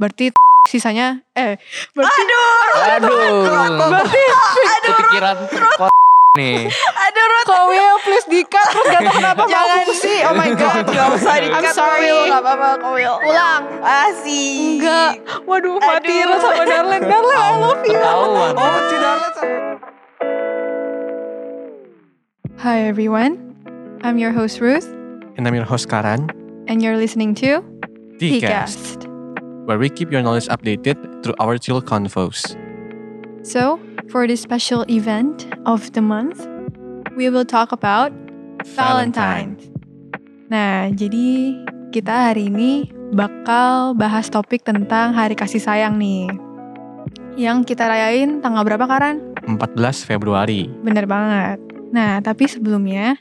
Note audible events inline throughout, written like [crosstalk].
Berarti sisanya eh berarti Ah! Aduh, Aduh. berarti Kepikiran kok nih. aduh Ruth. Kowe please dikat terus gak tau kenapa Jangan mabuk sih. [laughs] Oh my god. Gak usah di I'm sorry. Gak apa-apa Kowil. Ulang. Asik. Enggak. Waduh mati Aduh. Ira sama Darlene. Darlene I love you. Ketahuan. Oh, tidak lah. Hi everyone. I'm your host Ruth And I'm your host Karan, and you're listening to Tcast, where we keep your knowledge updated through our chill convos. So, for this special event of the month, we will talk about Valentine. Nah, jadi kita hari ini bakal bahas topik tentang Hari Kasih Sayang nih. Yang kita rayain tanggal berapa, Karan? 14 Februari. Bener banget. Nah, tapi sebelumnya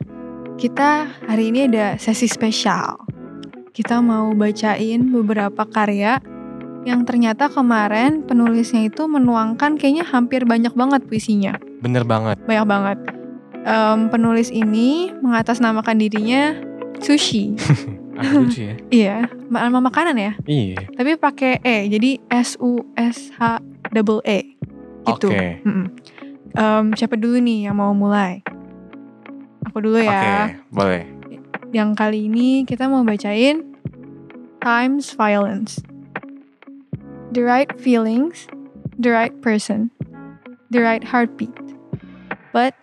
kita hari ini ada sesi spesial. Kita mau bacain beberapa karya yang ternyata kemarin penulisnya itu menuangkan kayaknya hampir banyak banget puisinya Bener banget. banyak banget. Em, penulis ini mengatasnamakan dirinya sushi. Agak lucu [laughs] ya. iya, ma- nama makanan ya. Iya. Tapi pakai e, jadi S U S H double E. Gitu. Oke. Mm-mm. Em, siapa dulu nih yang mau mulai? Aku dulu Oke, ya. boleh. Yang kali ini kita mau bacain Times Violence. The right feelings, the right person, the right heartbeat. But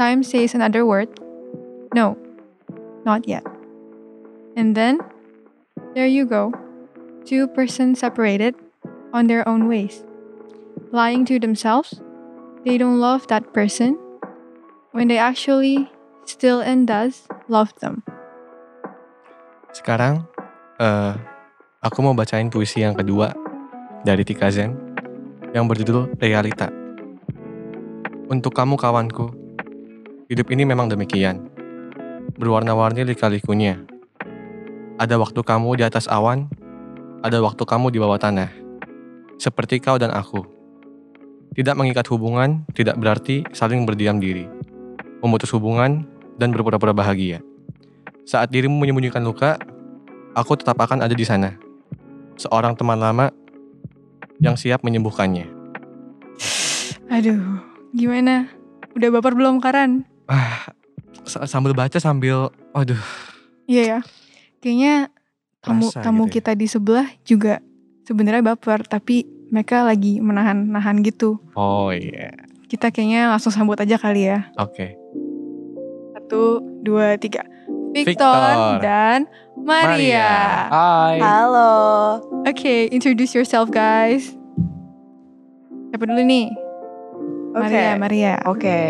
time says another word. No, not yet. And then, there you go. Two persons separated on their own ways. Lying to themselves, they don't love that person when they actually still and does love them. Sekarang, eh, aku mau bacain puisi yang kedua dari Tika Zen yang berjudul Realita. Untuk kamu kawanku, hidup ini memang demikian. Berwarna-warni lika-likunya. Ada waktu kamu di atas awan, ada waktu kamu di bawah tanah. Seperti kau dan aku. Tidak mengikat hubungan, tidak berarti saling berdiam diri. Memutus hubungan, dan berpura-pura bahagia. Saat dirimu menyembunyikan luka, aku tetap akan ada di sana. Seorang teman lama yang siap menyembuhkannya. Aduh, gimana? Udah baper belum Karan? Sa- Sambil baca sambil, waduh, Iya ya. Kayaknya tamu Terasa tamu gitu ya. kita di sebelah juga sebenarnya baper, tapi mereka lagi menahan-nahan gitu. oh iya, Kita kayaknya langsung sambut aja kali ya. oke. Satu, dua, tiga. Victor, Victor. dan Maria. Hai. Halo. Oke, introduce yourself guys. Siapa dulu nih? Oke. Maria, Maria. Oke. Oke.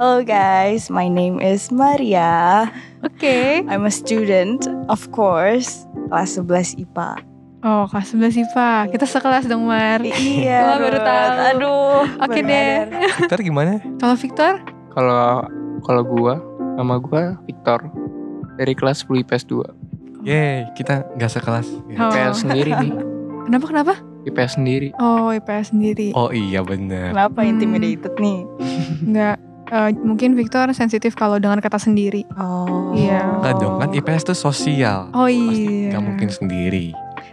Hello guys, my name is Maria. I'm a student, of course, kelas 11 IPA. Oh, kelas 11 IPA. Kita sekelas dong, Mar. Iya, Gua baru Ruth. tahu. Aduh. Oke baru deh. sadar. Victor gimana? Kalau Victor? Kalau kalau gua, nama gua Victor dari kelas 10 IPS 2. Yeay, kita gak sekelas. Oh. IPS sendiri nih, Kenapa kenapa? IPS sendiri. Oh, IPS sendiri. Oh iya bener. Kenapa Hmm. intimidated nih? Enggak. Eh, mungkin Victor sensitif kalau dengan kata sendiri. Oh. Iya. Enggak dong, kan IPS tuh sosial. Oh Pasti iya. gak mungkin sendiri.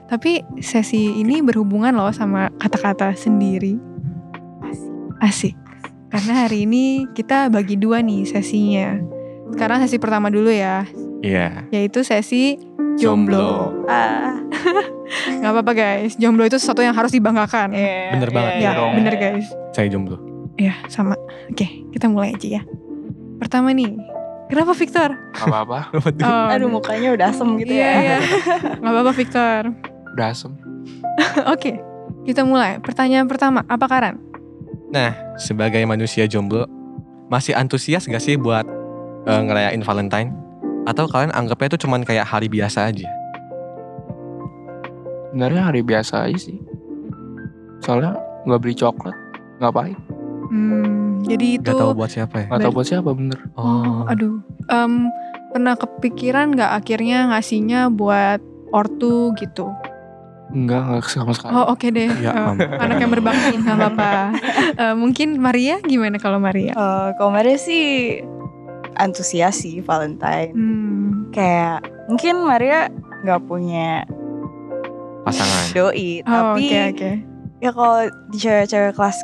Tapi sesi ini berhubungan loh sama kata-kata sendiri. Asik. Karena hari ini kita bagi dua nih sesinya. Sekarang sesi pertama dulu ya, Iya. yaitu sesi jomblo. Ah, Gak apa-apa guys, jomblo itu sesuatu yang harus dibanggakan. iya, Bener banget. iya, Ya, iya. bener guys. Saya jomblo. Ya, sama. Oke, kita mulai aja ya. Pertama nih, kenapa Victor? Gak apa-apa, Waduh. Oh, Aduh mukanya udah asem gitu iya, ya. iya. [laughs] Gak apa-apa Victor. udah asem. Oke, kita mulai. Pertanyaan pertama, apa Karan? Nah, sebagai manusia jomblo, masih antusias gak sih buat eh, ngerayain Valentine? Atau kalian anggapnya itu cuman kayak hari biasa aja? Sebenarnya hari biasa aja sih. Soalnya nggak beli coklat, ngapain? Hmm, jadi itu. Gak tahu buat siapa ya? Gak tau buat siapa bener. Oh, aduh. Em, pernah kepikiran nggak akhirnya ngasihnya buat ortu gitu? Enggak, nggak sama sekali. Oh, oke deh. Ya Em, ampun. anak yang berbakti nggak [laughs] apa-apa. Em, mungkin Maria gimana kalau Maria? Eh, kalau Maria sih antusias sih Valentine. Hmm, Kayak mungkin Maria nggak punya Pasangan. doi Oh, tapi oke oke. ya kalau di cewek-cewek kelas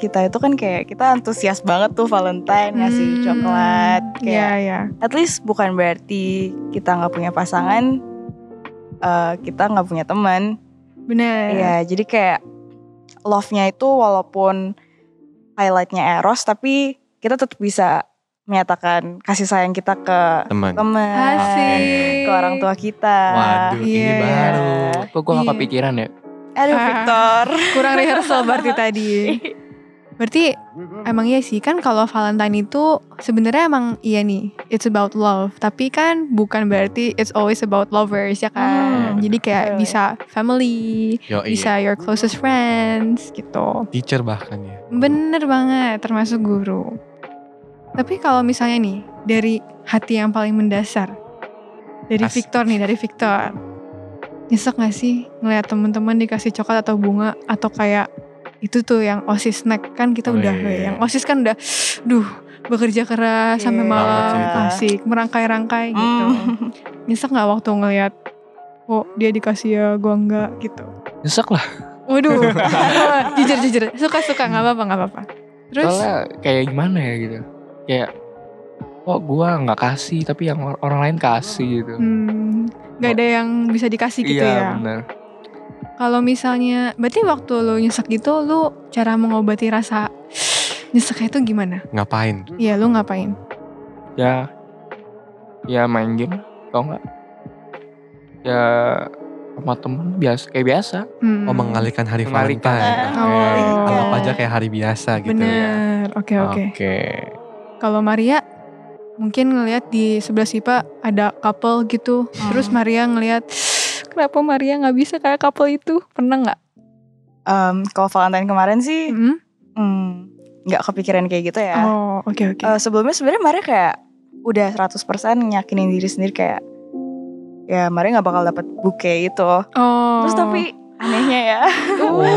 kita itu kan kayak kita antusias banget tuh Valentine ngasih Hmm, coklat kayak Iya, iya. at least bukan berarti kita nggak punya pasangan eh, kita nggak punya teman Bener. Iya, jadi kayak love-nya itu walaupun highlightnya eros, tapi kita tetap bisa menyatakan kasih sayang kita ke teman. teman, Asik. ke orang tua kita. Waduh, Iya, ini iya. baru. Kok gue gak Iya. kepikiran ya? Aduh, Ah. Victor. Kurang rehearsal [laughs] berarti tadi. Berarti emang iya sih kan kalau Valentine itu sebenarnya emang iya nih it's about love tapi kan bukan berarti it's always about lovers ya kan Hmm, jadi kayak betul. bisa family Yoi. bisa your closest friends gitu Teacher bahkan ya. bener banget termasuk guru tapi kalau misalnya nih dari hati yang paling mendasar dari Asik. Victor nih dari Victor nyesek gak sih ngeliat temen-temen dikasih coklat atau bunga atau kayak itu tuh yang osis snack kan kita udah Wih. yang osis kan udah duh bekerja keras sampai Iya. malam Banget asik merangkai-rangkai gitu Hmm. nyesek nggak waktu ngeliat kok dia dikasih ya gua enggak gitu Nyesek lah. [laughs] waduh jujur jujur suka suka nggak apa-apa nggak apa-apa terus Soalnya kayak gimana ya gitu. Kayak kok gue gak kasih tapi yang or- orang lain kasih gitu. Hmm, nggak ada yang bisa dikasih gitu iya ya. bener. Kalau misalnya, berarti waktu lu nyesek gitu, lu cara mengobati rasa nyeseknya itu gimana? Ngapain? Iya, lu ngapain? Ya, ya main game tau gak? Ya sama temen biasa kayak biasa. Hmm. Oh mengalihkan hari Mengalihkan. Valentine. Oh, Oke. iya. Anggap aja kayak hari biasa gitu. Bener, oke oke. Oke. Kalau Maria, mungkin ngelihat di sebelah sipa ada couple gitu, Hmm. terus Maria ngelihat kenapa Maria nggak bisa kayak couple itu? Pernah nggak? Em, kalau Valentine kemarin sih Hmm? hmm, nggak kepikiran kayak gitu Eh, ya. Oh, oke oke. Eh, sebelumnya sebenarnya Maria kayak udah 100% yakinin diri sendiri kayak ya Maria nggak bakal dapat buke itu. oh. Terus [laughs] tapi anehnya ya.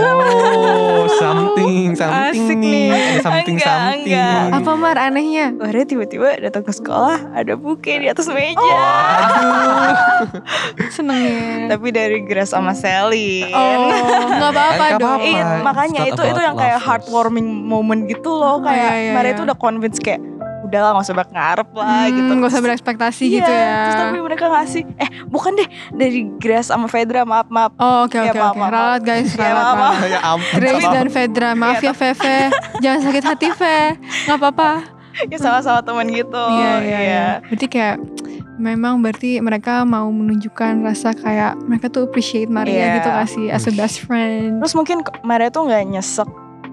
Oh, something, something Asik nih. Ada something, Enggak, something. enggak. apa Mar anehnya? Maria tiba-tiba datang ke sekolah ada buke di atas Oh. meja. Aduh. Seneng ya. Tapi dari Grace sama Sally. Oh, nggak apa-apa Nggak dong. apa-apa. Iya, makanya It's itu not itu about yang kayak lovers. heartwarming moment gitu Oh, loh kayak iya, iya, Maria iya. itu udah convince kayak udahlah nggak usah banyak ngarep lah Hmm, gitu. Nggak usah Terus- berekspektasi Iya, gitu ya. Terus tapi mereka ngasih eh bukan deh dari Grace sama Fedra maaf maaf. Oh, oke Ya, oke maaf, oke. maaf. Ralat guys, Ya, ralat. maaf, Iya, ralat. Ya ampun. Grace sama- dan Fedra, maaf ya [laughs] Feve. Jangan sakit hati Fe. Nggak apa-apa. Iya, Ya Hmm. sama-sama teman gitu. Berarti kayak memang berarti mereka mau menunjukkan rasa kayak mereka tuh appreciate Maria Iya. gitu gak sih as a best friend. Terus mungkin k- Maria tuh nggak nyesek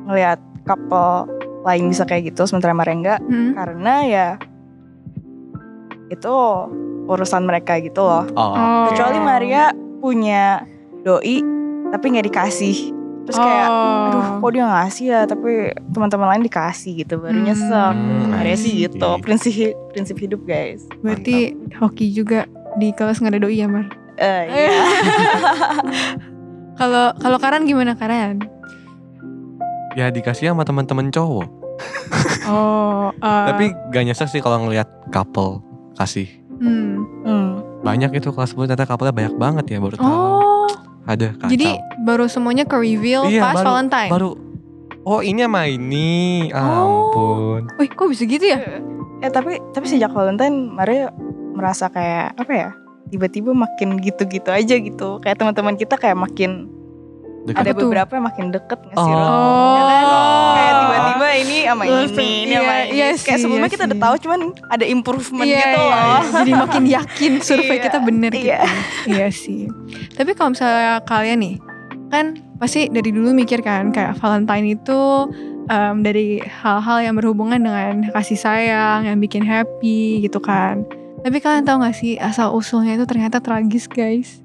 ngelihat couple lain bisa kayak gitu sementara Maria nggak Hmm. karena ya itu urusan mereka gitu loh. Oh. Oh. Kecuali Maria punya doi tapi nggak dikasih. Terus kayak Oh. aduh kok dia ngasih ya tapi teman-teman lain dikasih gitu baru Hmm. nyesek. Hmm, I Maria sih see. gitu prinsip prinsip hidup guys. berarti hoki juga di kelas nggak ada doi ya Mar. Eh iya. [laughs] [laughs] Kalau kalau Karan gimana Karan? Ya dikasih sama teman-teman cowok. Oh, eh, Tapi gak nyesek sih kalau ngelihat couple kasih. hmm. Hmm. Banyak itu kelas 10 ternyata couple-nya banyak banget ya baru tahu. Oh, Ada kacau. jadi baru semuanya ke reveal Iya, pas baru- Valentine. baru Oh ini sama ini Oh. Ampun Wih, kok bisa gitu ya? Ya tapi tapi sejak Valentine Maria merasa kayak apa ya? Tiba-tiba makin gitu-gitu aja gitu. Kayak teman-teman kita kayak makin Dekat. ada Apa tuh? beberapa yang makin deket nggak sih? Ron? Oh. Ya kan? Oh. Kayak tiba-tiba ini sama ini, Langsung, ini sama iya, ini. iya kayak sih, sebelumnya iya kita udah sih. tahu cuman ada improvement Iya, iya, gitu loh. iya. Jadi makin yakin survei Iya, kita bener gitu. iya. Iya sih. Tapi kalau misalnya kalian nih, kan pasti dari dulu mikir kan kayak Valentine itu em, dari hal-hal yang berhubungan dengan kasih sayang, yang bikin happy gitu kan. Tapi kalian tahu gak sih asal usulnya itu ternyata tragis guys.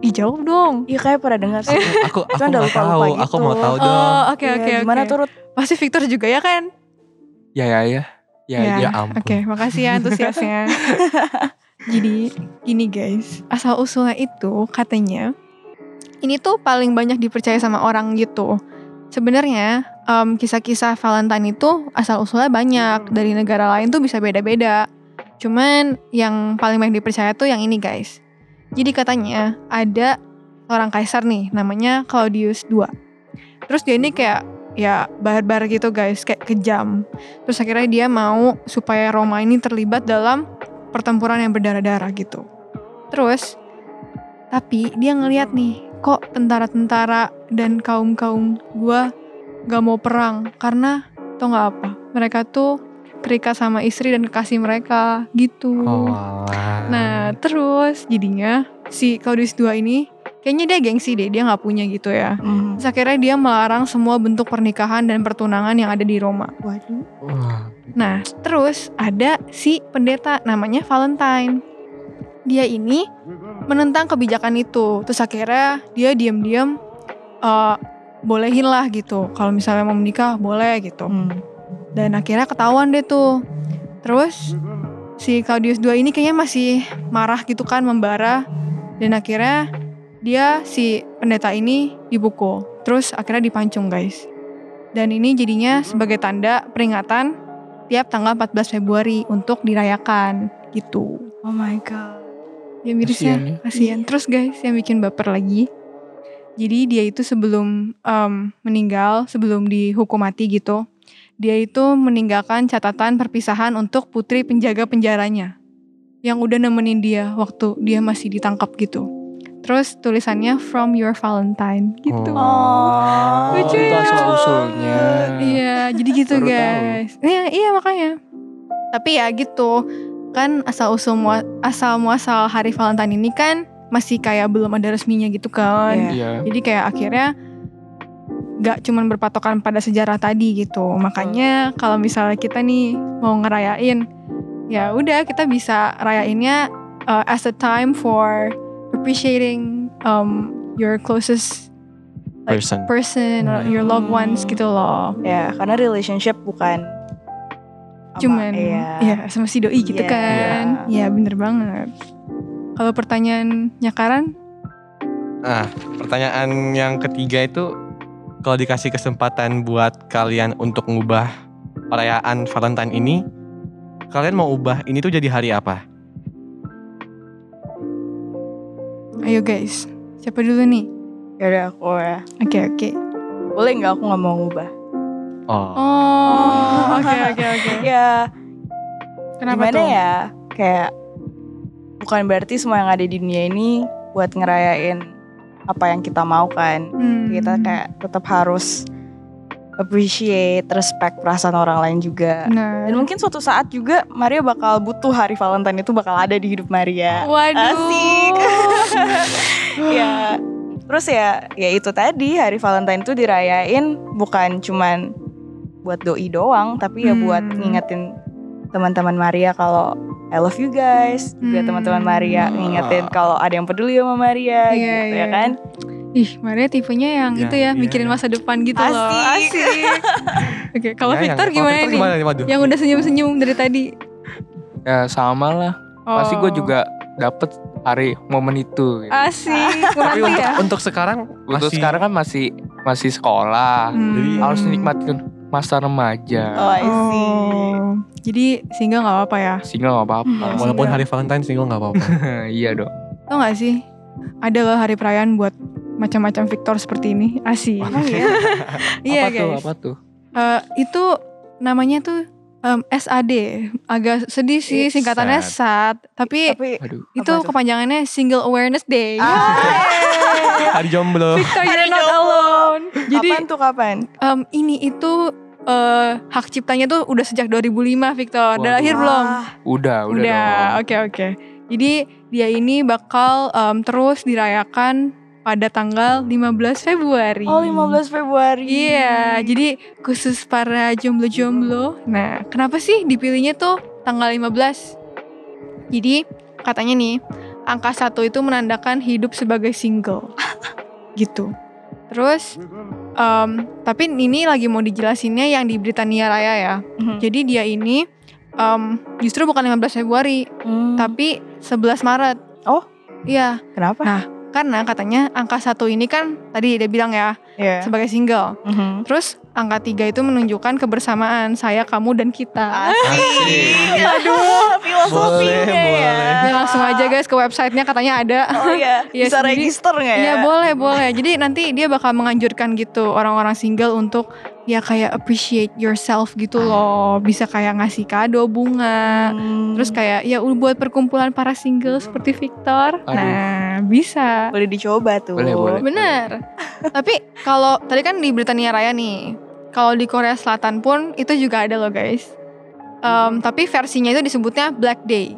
Dijawab dong. [laughs] Iya kayak pernah dengar sih. [laughs] Aku aku Kan udah mau lupa-lupa tahu, gitu. aku mau tahu dong. Oh, oke Iya, oke oke. Gimana turut? Pasti Victor juga ya kan? Ya ya ya. Ya Ya. ya. Ya ampun. Oke, makasih ya antusiasnya. Jadi [laughs] gini guys, asal usulnya itu katanya ini tuh paling banyak dipercaya sama orang gitu. Sebenarnya em, kisah-kisah Valentine itu asal usulnya banyak dari negara lain tuh bisa beda-beda. Cuman yang paling banyak dipercaya tuh yang ini guys. Jadi katanya ada seorang kaisar nih namanya Claudius II. Terus dia ini kayak ya barbar gitu guys, kayak kejam. Terus akhirnya dia mau supaya Roma ini terlibat dalam pertempuran yang berdarah-darah gitu. Terus tapi dia ngeliat nih kok tentara-tentara dan kaum-kaum gua gak mau perang karena tau nggak apa mereka tuh terikat sama istri dan kekasih mereka gitu. Oh, alah. Nah, terus jadinya si Claudius II ini kayaknya dia gengsi deh, dia nggak punya gitu ya. Hmm. Terus akhirnya dia melarang semua bentuk pernikahan dan pertunangan yang ada di Roma. Waduh. Wah, Nah, terus ada si pendeta namanya Valentine. Dia ini menentang kebijakan itu. Terus akhirnya dia diam-diam eh, bolehin lah gitu. Kalau misalnya mau menikah boleh gitu. Hmm. Dan akhirnya ketahuan deh tuh. Terus si Claudius II ini kayaknya masih marah gitu kan membara. Dan akhirnya dia si pendeta ini dipukul. Terus akhirnya dipancung guys. Dan ini jadinya sebagai tanda peringatan tiap tanggal 14 Februari untuk dirayakan gitu. Oh my god. Ya mirisnya Kasihan ya. kasihan. Terus guys yang bikin baper lagi. Jadi dia itu sebelum em, meninggal, sebelum dihukum mati gitu, dia itu meninggalkan catatan perpisahan untuk putri penjaga penjaranya yang udah nemenin dia waktu dia masih ditangkap gitu. Terus tulisannya from your Valentine gitu. Oh. Oh. Oh, Lucu itu ya. asal usulnya. Iya, jadi gitu Baru tahu. guys. Iya, iya makanya. Tapi ya gitu. Kan asal usul mua- asal muasal hari Valentine ini kan masih kayak belum ada resminya gitu kan. Iya. Iya. Jadi kayak akhirnya gak cuman berpatokan pada sejarah tadi gitu. Makanya kalau misalnya kita nih mau ngerayain ya udah kita bisa rayainnya uh, as a time for appreciating um, your closest person. person or your loved ones Hmm. gitu loh. Ya, karena relationship bukan sama- cuman iya. ya sama si doi gitu Iya. kan ya bener banget kalau pertanyaannya Karan Nah, pertanyaan yang ketiga itu kalau dikasih kesempatan buat kalian untuk ngubah perayaan Valentine ini, kalian mau ubah ini tuh jadi hari apa? ayo guys siapa dulu nih Yaudah aku ya. oke oke Boleh nggak aku nggak mau ngubah? Oh, oh oke oke oke Ya, Iya, kenapa gimana tuh ya? Kayak bukan berarti semua yang ada di dunia ini buat ngerayain apa yang kita mau kan. Hmm. Kita kayak tetap harus appreciate, respect perasaan orang lain juga. nah Dan mungkin suatu saat juga Maria bakal butuh hari Valentine itu bakal ada di hidup Maria. waduh Asik. [laughs] ya. Terus ya, ya itu tadi hari Valentine itu dirayain bukan cuman buat doi doang, tapi ya buat Hmm. ngingetin teman-teman Maria kalau I love you guys, juga Hmm. teman-teman Maria ngingetin kalau ada yang peduli sama Iya, Maria gitu iya. ya kan. ih Maria tipenya yang Ya, itu ya iya, mikirin iya. masa depan gitu loh Asik. asik oke kalau Ya, yang- Victor kalau gimana Victor nih Waduh. yang udah senyum-senyum dari tadi Ya sama lah. Pasti gue Oh. Ah. juga dapet hari momen itu. gitu. asik Tapi kurang untuk, ya untuk sekarang Untuk sekarang kan masih masih sekolah. Hmm. Jadi- Harus nikmatin masa remaja. Oh, I see. Oh, jadi single nggak apa-apa ya? Sehingga nggak apa-apa. Hmm. walaupun Sudah. hari Valentine single nggak apa-apa. [laughs] iya dong. Tau nggak sih? Ada loh hari perayaan buat macam-macam Victor seperti ini. Asih. Emang ya? [laughs] Iya apa tuh? guys. Apa tuh? Eh, itu namanya tuh em, SAD. Agak sedih sih Ih, singkatannya SAD. Tapi, Tapi Aduh. itu apa tuh? Ah. kepanjangannya Single Awareness Day. [laughs] hari jomblo. [laughs] Victor Ah. you're Hari not jomblo. alone. Jadi kapan tuh kapan? em, ini itu eh, hak ciptanya tuh udah sejak 2005 Victor. Udah Waduh. lahir belum? Wah, Udah, udah, Udah, dong. oke oke. Jadi dia ini bakal em, terus dirayakan pada tanggal 15 Februari. Oh 15 Februari. Iya, jadi khusus para jomblo-jomblo. Nah, kenapa sih dipilihnya tuh tanggal 15? Jadi katanya nih, angka satu itu menandakan hidup sebagai single. [laughs] gitu. Terus em, tapi ini lagi mau dijelasinnya yang di Britania Raya ya. Mhm. Jadi dia ini em, justru bukan 15 Februari, Hmm. tapi 11 Maret. Oh. Iya, kenapa? Nah, Karena katanya angka satu ini kan tadi dia bilang ya Iya. sebagai single. Mhm. Terus angka tiga itu menunjukkan kebersamaan saya, kamu dan kita. Asik. [laughs] Aduh, filosofinya Boleh, ya. Ya, langsung aja guys ke websitenya katanya ada. Oh iya, [laughs] Iya, bisa jadi- register nggak ya? Iya boleh boleh. Jadi nanti dia bakal menganjurkan gitu orang-orang single untuk ya kayak appreciate yourself gitu loh. Bisa kayak ngasih kado bunga. Hmm. Terus kayak ya buat perkumpulan para single seperti Victor. Aduh. Nah bisa. boleh dicoba tuh. Boleh, boleh. Oh, Bener. Tapi kalau tadi kan di Britania Raya nih, kalau di Korea Selatan pun itu juga ada loh guys. Em, tapi versinya itu disebutnya Black Day.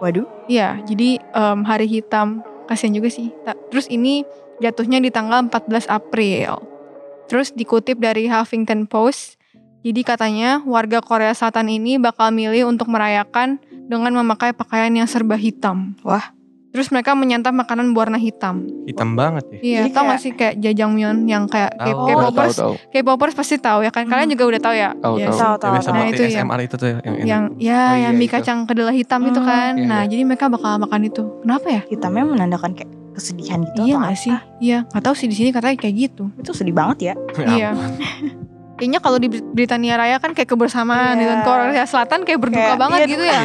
Waduh. Iya, jadi em, hari hitam. Kasian juga sih. Ta- Terus ini jatuhnya di tanggal 14 April. Terus dikutip dari Huffington Post, jadi katanya warga Korea Selatan ini bakal milih untuk merayakan dengan memakai pakaian yang serba hitam. Wah. Terus mereka menyantap makanan berwarna hitam. Hitam banget ya. Iya, Jadi tau gak kayak- sih kayak jajangmyeon yang kayak K- Tahu, tahu, Tahu tahu K-popers, tahu. K-popers pasti tahu ya kan. Kalian Hmm. juga udah tahu ya. Tahu, Iya, tahu. sih. Tahu, tahu, Yang biasa Nah, buat itu yang- ASMR itu tuh yang enak. Yang ya Oh, iya, yang mie itu. kacang kedelai hitam itu Hmm, kan. iya, nah, iya. jadi mereka bakal makan itu. Kenapa ya? Hitamnya menandakan kayak kesedihan gitu iya atau gak apa? sih? Iya, gak tahu sih di sini katanya kayak gitu. Itu sedih banget ya. Iya. [laughs] Kayaknya kalau di Brit- Britania Raya kan kayak kebersamaan dan Iya. Korea Selatan kayak berduka Kayak- banget iya, gitu ya.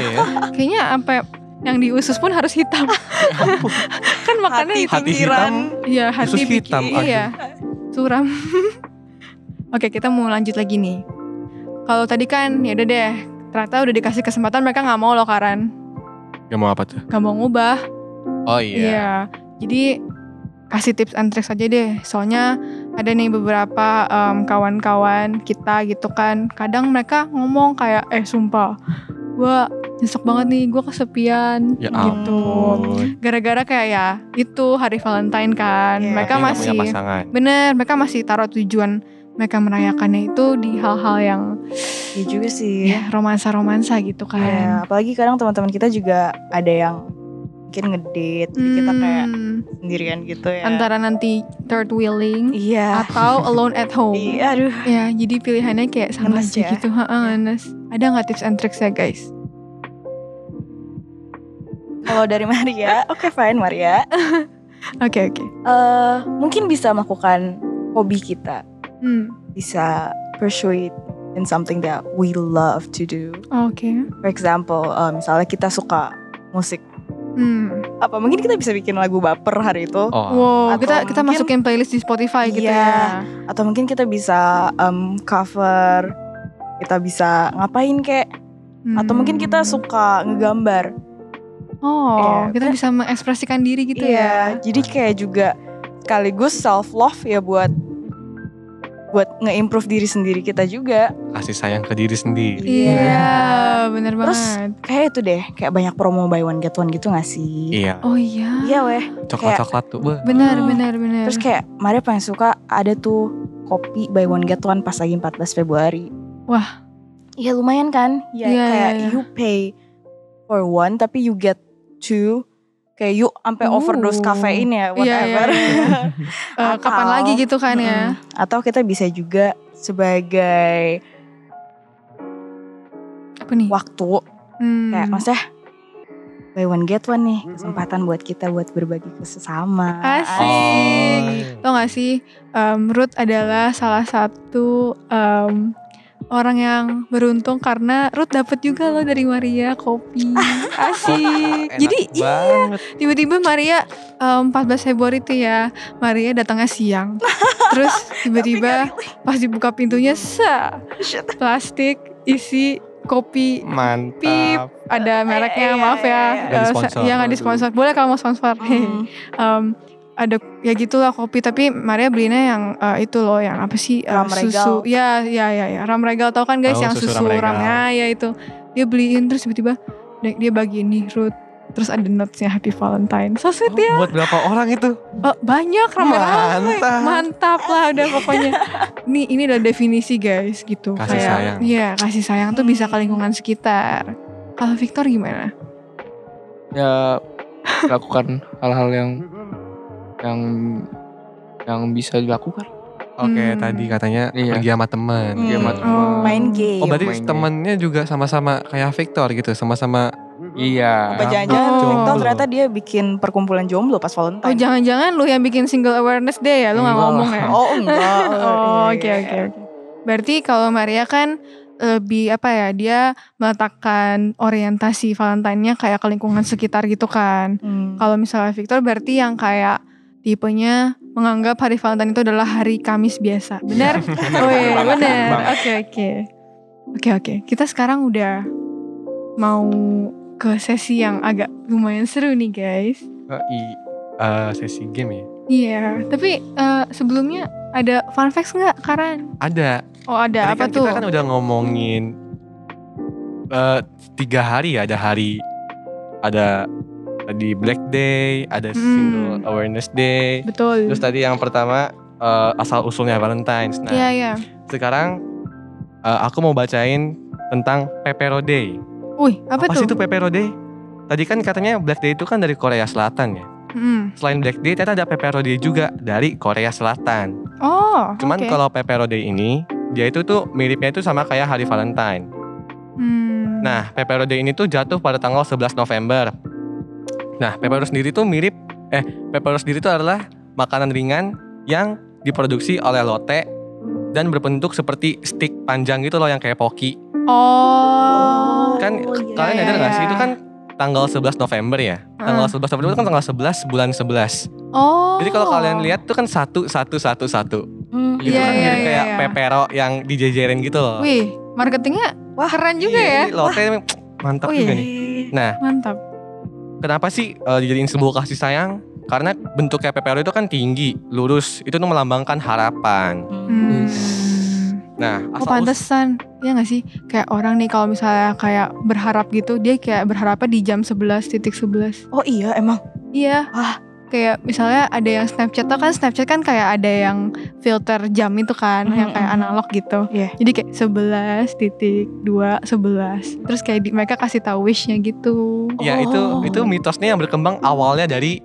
Kayaknya sampai yang di usus pun harus [laughs] hitam. [laughs] kan makannya Hati, hitam. Hati pikiran. Iya, hati Usus bikin- hitam, aduh. Iya. Suram. [laughs] Oke, kita mau lanjut lagi nih. Kalau tadi kan ya udah deh, ternyata udah dikasih kesempatan mereka nggak mau loh Karan, Gak mau apa tuh? nggak mau ngubah. Oh iya. Jadi kasih tips and tricks aja deh. Soalnya ada nih beberapa em, kawan-kawan kita gitu kan. Kadang mereka ngomong kayak eh sumpah, gua nyesek banget nih, gua kesepian. Ya Gitu. ampun. Gara-gara kayak ya itu hari Valentine kan. Iya. Mereka Ini nggak masih punya pasangan. Bener, mereka masih taruh tujuan mereka merayakannya itu di hal-hal yang Iya juga sih. ya romansa-romansa gitu kan. Ya, apalagi kadang teman-teman kita juga ada yang mungkin ngedate, jadi kita kayak Hmm, sendirian gitu ya. antara nanti third wheeling Iya. atau alone at home. Iya, aduh. Ya, jadi pilihannya kayak sama Ngenes aja ya. gitu. Ha, Iya. ngenes. Ada nggak tips and tricks ya guys? Kalau dari [laughs] Maria, oke fine Maria. Oke oke. Eh, mungkin bisa melakukan hobi kita, Hmm, bisa pursue it in something that we love to do. oke. For example, eh, misalnya kita suka musik, Hmm. apa mungkin kita bisa bikin lagu baper hari itu? Oh. Wow, atau kita kita mungkin- masukin playlist di Spotify gitu Iya. ya. atau mungkin kita bisa em, cover kita bisa ngapain kek Hmm. atau mungkin kita suka ngegambar Oh, Iya, kita bener. bisa mengekspresikan diri gitu ya. jadi kayak juga sekaligus self love ya buat buat nge-improve diri sendiri kita juga Kasih sayang ke diri sendiri. Iya, bener Terus- banget. kayak itu deh kayak banyak promo buy one get one gitu gak sih Iya. Oh iya. iya weh Coklat-coklat tuh. Wah. Benar, Hmm. benar, benar. terus kayak Maria paling suka ada tuh kopi buy one get one pas lagi 14 Februari Wah. Iya lumayan kan ya Iya, kayak iya, iya. you pay for one tapi you get two kayak you sampai Ooh. overdose kafein ya Iya, whatever iya, [laughs] iya. [laughs] Eh, kapan atau- lagi gitu kan ya? Mm-mm. atau kita bisa juga sebagai Apa nih? waktu Hmm. kayak maksudnya buy one get one nih kesempatan buat kita buat berbagi ke sesama Asik. Tau gak sih, em, Ruth adalah salah satu em, orang yang beruntung karena Ruth dapet juga loh dari Maria [laughs] kopi. Asik. Jadi iya, tiba-tiba Maria em, 14 Februari itu ya, Maria datangnya siang. [laughs] Terus tiba-tiba pas dibuka pintunya, sa Shit. plastik isi kopi Pip. Mantap. ada mereknya iya, maaf ya iya, iya. Nggak Eh, di-sponsor. sa- ya nggak di sponsor boleh kalau mau sponsor Mm. [laughs] Em, ada ya gitulah kopi tapi Maria belinya yang eh, itu loh yang apa sih eh, Ram susu Regal. ya ya ya ya ram regal tau kan guys Tahu, yang Oh, susu susu, Ram Regal. ramnya ya itu dia beliin terus tiba-tiba dia, dia bagiin nih Ruth terus ada notesnya Happy Valentine so sweet ya Buat berapa orang itu? Oh, banyak ram Mantap. mantap lah udah [laughs] pokoknya nih ini udah definisi guys gitu Kasih Kayak, sayang. iya kasih sayang tuh bisa ke lingkungan sekitar kalau Victor gimana Ya lakukan hal-hal yang yang yang bisa dilakukan. Oke, Hmm. tadi katanya Iya. pergi sama teman. Hmm. Dia Gitu. sama teman. Oh. main game Oh, berarti main game. temannya juga sama-sama kayak Victor gitu, sama-sama Iya. Apa jangan-jangan Oh. Victor ternyata dia bikin perkumpulan jomblo pas Oh Valentine? jangan-jangan lu yang bikin single awareness day ya, lu nggak Enggak ngomong lah. ya? [laughs] Oh, enggak. Oh Iya, oke iya, oke oke. Berarti kalau Maria kan lebih apa ya dia meletakkan orientasi Valentine-nya kayak ke lingkungan sekitar gitu kan. Hmm. Kalau misalnya Victor berarti yang kayak tipenya menganggap hari Valentine itu adalah hari Kamis biasa. Benar? [laughs] oh iya, Banget, benar. banget. Oke, oke. Oke, oke. Kita sekarang udah mau ke sesi yang agak lumayan seru nih, guys. Eh, i- eh, sesi game ya. Iya, tapi eh, sebelumnya ada fun facts nggak, Karan? Ada. Oh, ada Tadi apa kan tuh? Kita kan udah ngomongin eh, tiga hari ya. Ada hari, ada tadi Black Day, ada Hmm. Single Awareness Day. Betul. Terus tadi yang pertama eh, asal usulnya Valentine's. Nah, Iya, iya. sekarang eh, aku mau bacain tentang Pepero Day. Wih, apa, Apa tuh? sih itu Pepero Day? Tadi kan katanya Black Day itu kan dari Korea Selatan ya. Hmm. Selain Black Day, ternyata ada Pepero Day juga dari Korea Selatan. Oh, Cuman oke. kalau Pepero Day ini, dia itu tuh miripnya itu sama kayak hari Valentine. Hmm. Nah, Pepero Day ini tuh jatuh pada tanggal 11 November. Nah, Pepero sendiri tuh mirip eh Pepero sendiri tuh adalah makanan ringan yang diproduksi oleh Lotte dan berbentuk seperti stick panjang gitu loh yang kayak poki. Oh. Kan Oh, iya, kalian iya, ada nggak iya. Ah. sih itu kan tanggal 11 November ya? Tanggal 11 November itu kan tanggal 11 bulan 11. Oh. Jadi kalau kalian lihat tuh kan satu satu satu satu. Hmm. Itu Iya, kan iya, mirip iya, kayak iya. Pepero yang dijejerin gitu loh. Wih, marketingnya Wah, keren juga ya. Iya, jadi Lotte emang mantap Oh, juga iya. nih. Nah, Mantap. kenapa sih eh, dijadiin sebuah kasih sayang? Karena bentuknya PPR itu kan tinggi, lurus. Itu tuh melambangkan harapan. Hmm. Nah, Oh pantesan Ya gak sih Kayak orang nih kalau misalnya kayak berharap gitu Dia kayak berharapnya di jam 11 titik 11 Oh iya emang. Iya Wah. Kayak misalnya ada yang Snapchat tau kan Snapchat kan kayak ada yang filter jam itu kan Mhm, Yang kayak mhm. analog gitu Iya. Jadi kayak 11 titik 2 11 Terus kayak di, mereka kasih tahu wishnya gitu ya itu Oh. itu mitosnya yang berkembang awalnya dari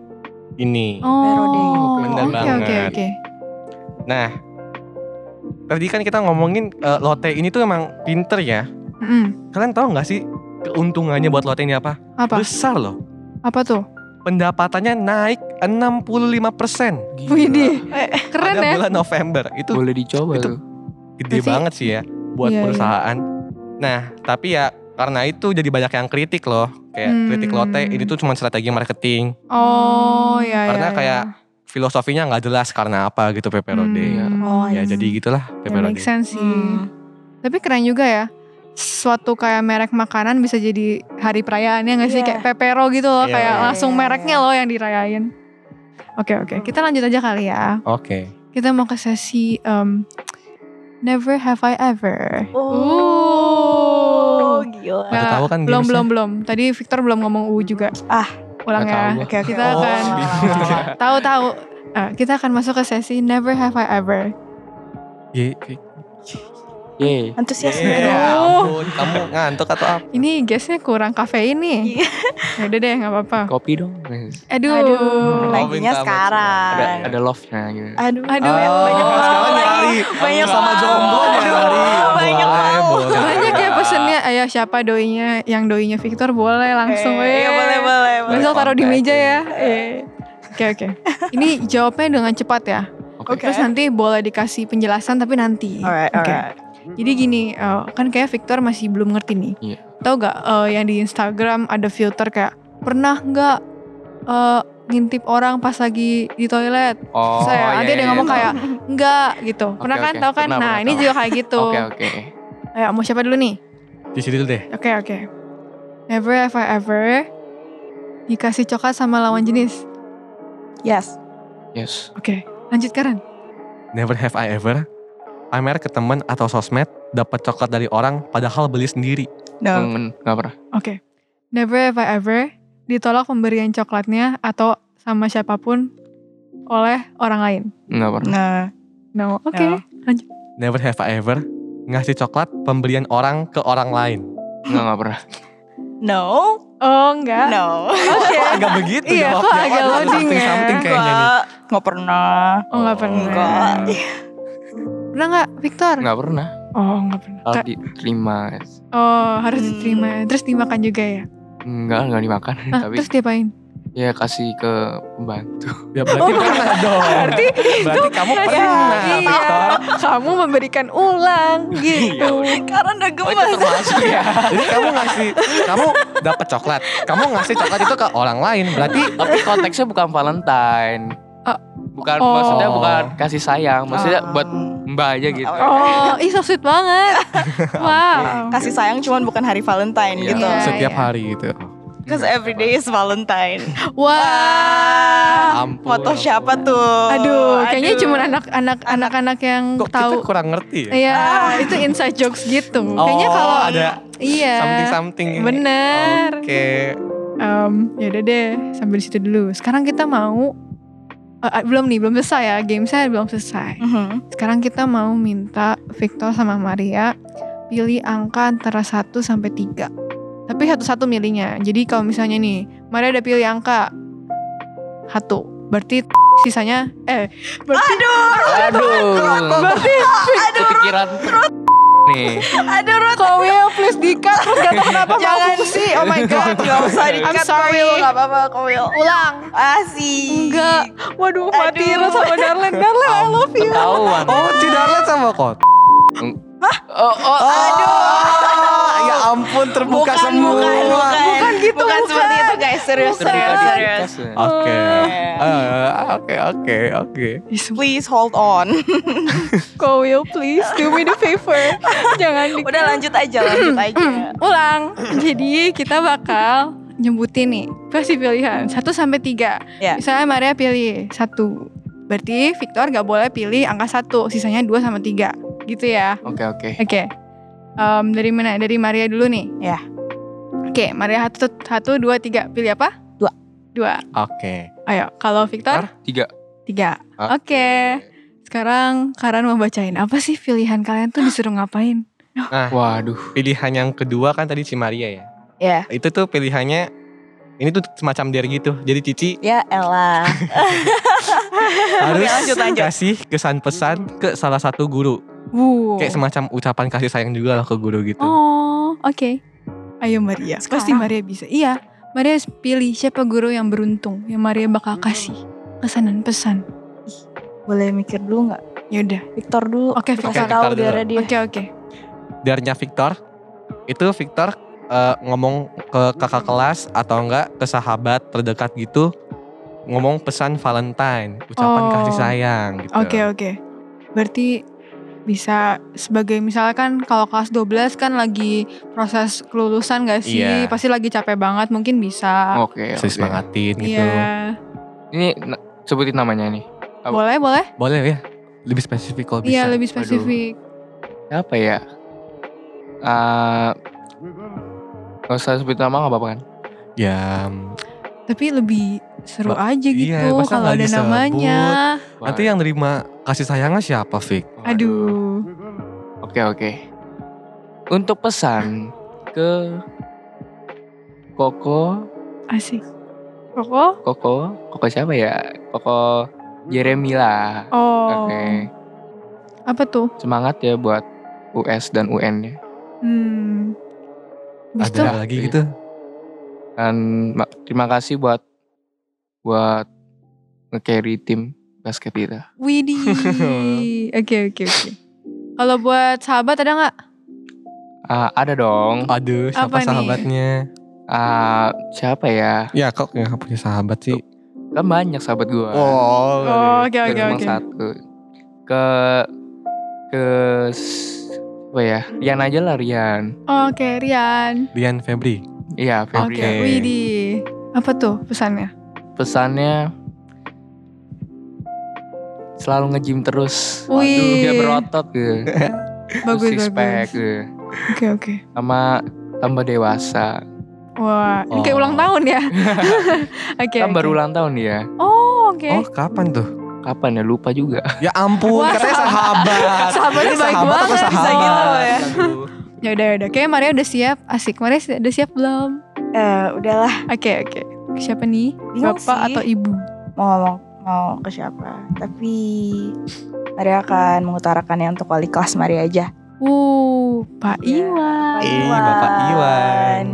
Iya, ini. Perode. Oh Bener Oke oke banget. oke Nah, tadi kan kita ngomongin eh, Lotte ini tuh emang pinter ya. Mm-mm. Kalian tahu nggak sih keuntungannya buat Lotte ini apa? Apa? Besar loh. Apa tuh? Pendapatannya naik 65%. Mm. Gila. Widih Eh, Keren pada ya bulan November. Itu Boleh dicoba tuh. Itu- gede Berarti- banget sih ya buat Iya, iya. perusahaan. Nah, tapi ya karena itu jadi banyak yang kritik loh. Kayak Hmm. kritik Lotte ini tuh cuma strategi marketing. Oh ya Karena ya, ya. kayak filosofinya nggak jelas karena apa gitu Pepero Day. Hmm. Oh, Ya jadi gitulah Ya, Pepero make Day. Mm. sense sih. Tapi keren juga ya. Suatu kayak merek makanan bisa jadi hari perayaannya nggak sih Iya. kayak pepero gitu loh, Iya, kayak iya, langsung iya. mereknya loh yang dirayain. Oke oke, kita lanjut aja kali ya. Oke. Kita mau ke sesi em, Never Have I Ever. Oh, Uh. gila. Pada Nggak, tahu kan belum gamesnya? belum belum. Tadi Victor belum ngomong u juga. Ah. ulang ya. Nggak tahu gua. Oke, oke. Kita Oh, akan bingung. [laughs] tahu tahu. Eh, kita akan masuk ke sesi Never Have I Ever. Ye, Yeay. Antusias Aduh. ye, Iya, ya ampun, kamu ngantuk atau apa? Iya, Ini guysnya kurang kafein nih. Ya udah deh nggak apa-apa. Kopi dong. Aduh. Iya. Aduh, Lagi. laginya minta sekarang. maaf. Ada Ah. Iya. ada love-nya gitu. Aduh, Aduh, Oh, banyak banyak banget. sekarang Banyak- nyari. banyak sama banget. jomblo nyari. Aduh, banyak Boleh, banget. boleh. Banyak ya pesennya Ayo siapa doinya Yang doinya Victor boleh langsung Eh, Iya, weh. boleh, boleh, boleh. Besok taruh di Kontak, meja iya. ya Eh. Oke oke Ini jawabnya dengan cepat ya Oke. Terus nanti boleh dikasih penjelasan Tapi nanti Alright, Oke. alright. Jadi gini eh, Kan kayak Victor masih belum ngerti nih Iya. Tahu gak eh, yang di Instagram Ada filter kayak Pernah gak eh, Ngintip orang pas lagi di toilet Oh. Saya iya, ya? nanti dia iya, ngomong iya. kayak Enggak gitu Pernah Oke, kan oke. tahu kan Pernah, Nah pernah, ini tahu. juga kayak gitu Oke oke. Ayo mau siapa dulu nih Di sini dulu deh. Oke oke. Never have I ever dikasih coklat sama lawan jenis. Yes. Yes. Oke, lanjut Karen. Never have I ever pamer ke teman atau sosmed dapat coklat dari orang padahal beli sendiri. Ya. No. Temen nggak pernah. Oke. Never have I ever ditolak pemberian coklatnya atau sama siapapun oleh orang lain. Nggak pernah. Nah, No. Oke. No. Never have I ever ngasih coklat pemberian orang ke orang lain. Nggak nggak pernah. no, Oh enggak. no. [laughs] Oke. Kok agak begitu Iya, kok jawabnya? agak Waduh, ada loading ya. something-something kayaknya nih. Enggak, enggak pernah. Oh enggak pernah. Enggak. Nah. Pernah enggak Victor? Nggak pernah. Oh enggak pernah. Harus Ka- diterima. Oh harus Hmm. diterima. Terus dimakan juga ya. Enggak, enggak dimakan. Ah, Tapi terus diapain? ya kasih ke pembantu. Ya berarti Oh, pernah dong. Iya. berarti berarti kamu Ya, pernah. iya. Kamu memberikan ulang Iya, gitu. udah. [laughs] Karena udah Oh, itu gemes. termasuk ya. Jadi kamu ngasih, kamu dapat coklat. Kamu ngasih coklat itu ke orang lain. Berarti Iya, Tapi konteksnya bukan Valentine. Ah, Bukan oh. Ah. maksudnya bukan kasih sayang, maksudnya Ah. buat Mbak aja gitu. Oh. Oh, ih so sweet banget. Wow. kasih sayang cuman bukan hari Valentine Iya. gitu. Iya. setiap hari gitu. Because every day is Valentine. [laughs] Ah. Wah. Ampun. Foto siapa tuh? Ah. Aduh, kayaknya Aduh. cuman anak-anak anak-anak yang Oh, Kok kita tahu. kurang ngerti ya? Iya, itu inside jokes gitu. kayaknya Oh, kalau ada iya. something something. Bener. Oke. Em, yaudah deh, sampai di situ dulu. Sekarang kita mau eh, ah, belum nih, belum selesai ya. Game saya belum selesai. Mhm. Sekarang kita mau minta Victor sama Maria pilih angka antara 1 sampai 3. Tapi satu-satu milihnya. Jadi kalau misalnya nih, Maria udah pilih angka 1. Berarti sisanya eh berarti Aduh. berarti Kepikiran nih. Aduh, Ruth. Kau ya please dikat terus gak tau kenapa Jangan mampu sih. Oh my god. Gak usah di I'm sorry. Gak apa-apa, Kowil. Ulang. Asik. Enggak. Waduh mati Aduh. Ruth sama Darlen. Darlen I love you. Ketahuan. Oh, Cidarlet sama kot. Oh, oh, ah. Aduh. ya ampun terbuka Bukan, semua. bukan, bukan. Bukan gitu, Bukan seperti bukan. itu, guys. Serius, Bukan. serius, serius. ya. Oke. Eh. Eh, Oke, oke, oke. Please hold on. Kau will please do me the favor. Jangan dikat. Udah lanjut aja, lanjut aja. Ulang. [clears throat] Jadi kita bakal nyebutin nih kasih pilihan 1 sampai 3 Ya. Misalnya Maria pilih satu Berarti Victor gak boleh pilih angka 1 Sisanya 2 sama 3 Gitu ya Oke, oke. Oke. Em, dari mana? Dari Maria dulu nih. Ya. Oke, Maria satu, satu, dua, tiga. Pilih apa? Dua. Dua. Oke. Ayo, kalau Victor? Tiga. Tiga. Ah. Oke. Sekarang Karan mau bacain. Apa sih pilihan kalian tuh disuruh ngapain? Waduh. Pilihan yang kedua kan tadi Cimaria ya. Ya. Itu tuh pilihannya ini tuh semacam dare gitu. Jadi [laughs] Cici Ya elah. harus lanjut, lanjut. kasih kesan pesan ke salah satu guru. Wuh. Oh. Kayak semacam ucapan kasih sayang juga lah ke guru gitu. Oh, oke. Ayo Maria. Pasti Sekarang? Maria bisa. Iya. Maria harus pilih siapa guru yang beruntung yang Maria bakal kasih pesanan pesan. Boleh mikir dulu nggak? Yaudah. Victor dulu. Oke, Victor. Kasih Oke, tahu Victor dulu. biar dia. Oke oke. Darnya Victor. Itu Victor eh, ngomong ke kakak kelas atau enggak ke sahabat terdekat gitu ngomong pesan Valentine, ucapan Oh. kasih sayang gitu. Oke oke. Berarti bisa sebagai misalkan kalau kelas 12 kan lagi proses kelulusan gak sih? Iya. Pasti lagi capek banget mungkin bisa. Oke, Bisa oke. semangatin gitu. Iya. Ini na- sebutin namanya nih. Apa? Boleh, boleh. Boleh ya? Lebih spesifik kalau bisa. Iya, lebih Waduh. spesifik. Apa ya? Eh, Gak usah sebut nama gak apa-apa kan? Ya, Tapi lebih seru Ba- aja gitu iya, masa kalau nggak ada disebut? namanya. nanti yang nerima kasih sayangnya siapa, Vic? Aduh. Oke oke. Untuk pesan ke Koko, Asik. Koko? Koko, Koko siapa ya? Koko Jeremy lah. Oh. Oke. Apa tuh? Semangat ya buat US dan UN ya. Hmm. Habis itu, Ada lagi gitu. Dan ma- terima kasih buat buat nge-carry tim basket kita. Widih. Oke, oke, oke. Kalau buat sahabat ada nggak? Ah, ada dong. Aduh, siapa Apa nih? sahabatnya? Ah, siapa ya? Ya, kok nggak punya sahabat sih? Kan banyak sahabat gua. Oh, oke, oke, Gak cuma oke. satu. Ke ke s- apa ya? Rian aja lah Rian. Oke, Rian. Rian Febri. Iya, Oke, Febri. Oke. Widih. Apa tuh pesannya? Pesannya selalu nge-gym terus. Wih. dia berotot gitu. [laughs] Bagus, Six pack bagus. gitu. Oke, oke. Sama tambah dewasa. Wah, ini kayak Oh. ulang tahun ya? [laughs] Oke. kan oke. baru ulang tahun dia. Oh, oke. Oh, kapan tuh? Kapan ya? Lupa [laughs] juga. Ya ampun, Wah, katanya sahabat. sahabat. Sahabatnya Ini baik sahabat banget, apa bisa sahabat? gitu loh ya. Aduh. Ya udah, udah. Oke, Maria udah siap. Asik. Maria si- udah siap belum? Eh, udahlah. Oke, oke. Siapa nih? Bingung Bapak Iya sih. atau ibu? Mau ngomong mau ke siapa? Tapi Maria akan mengutarakannya untuk wali kelas Maria aja. Uh, Pak Iya, Iwan. Pak Iwan. Bapak Iwan.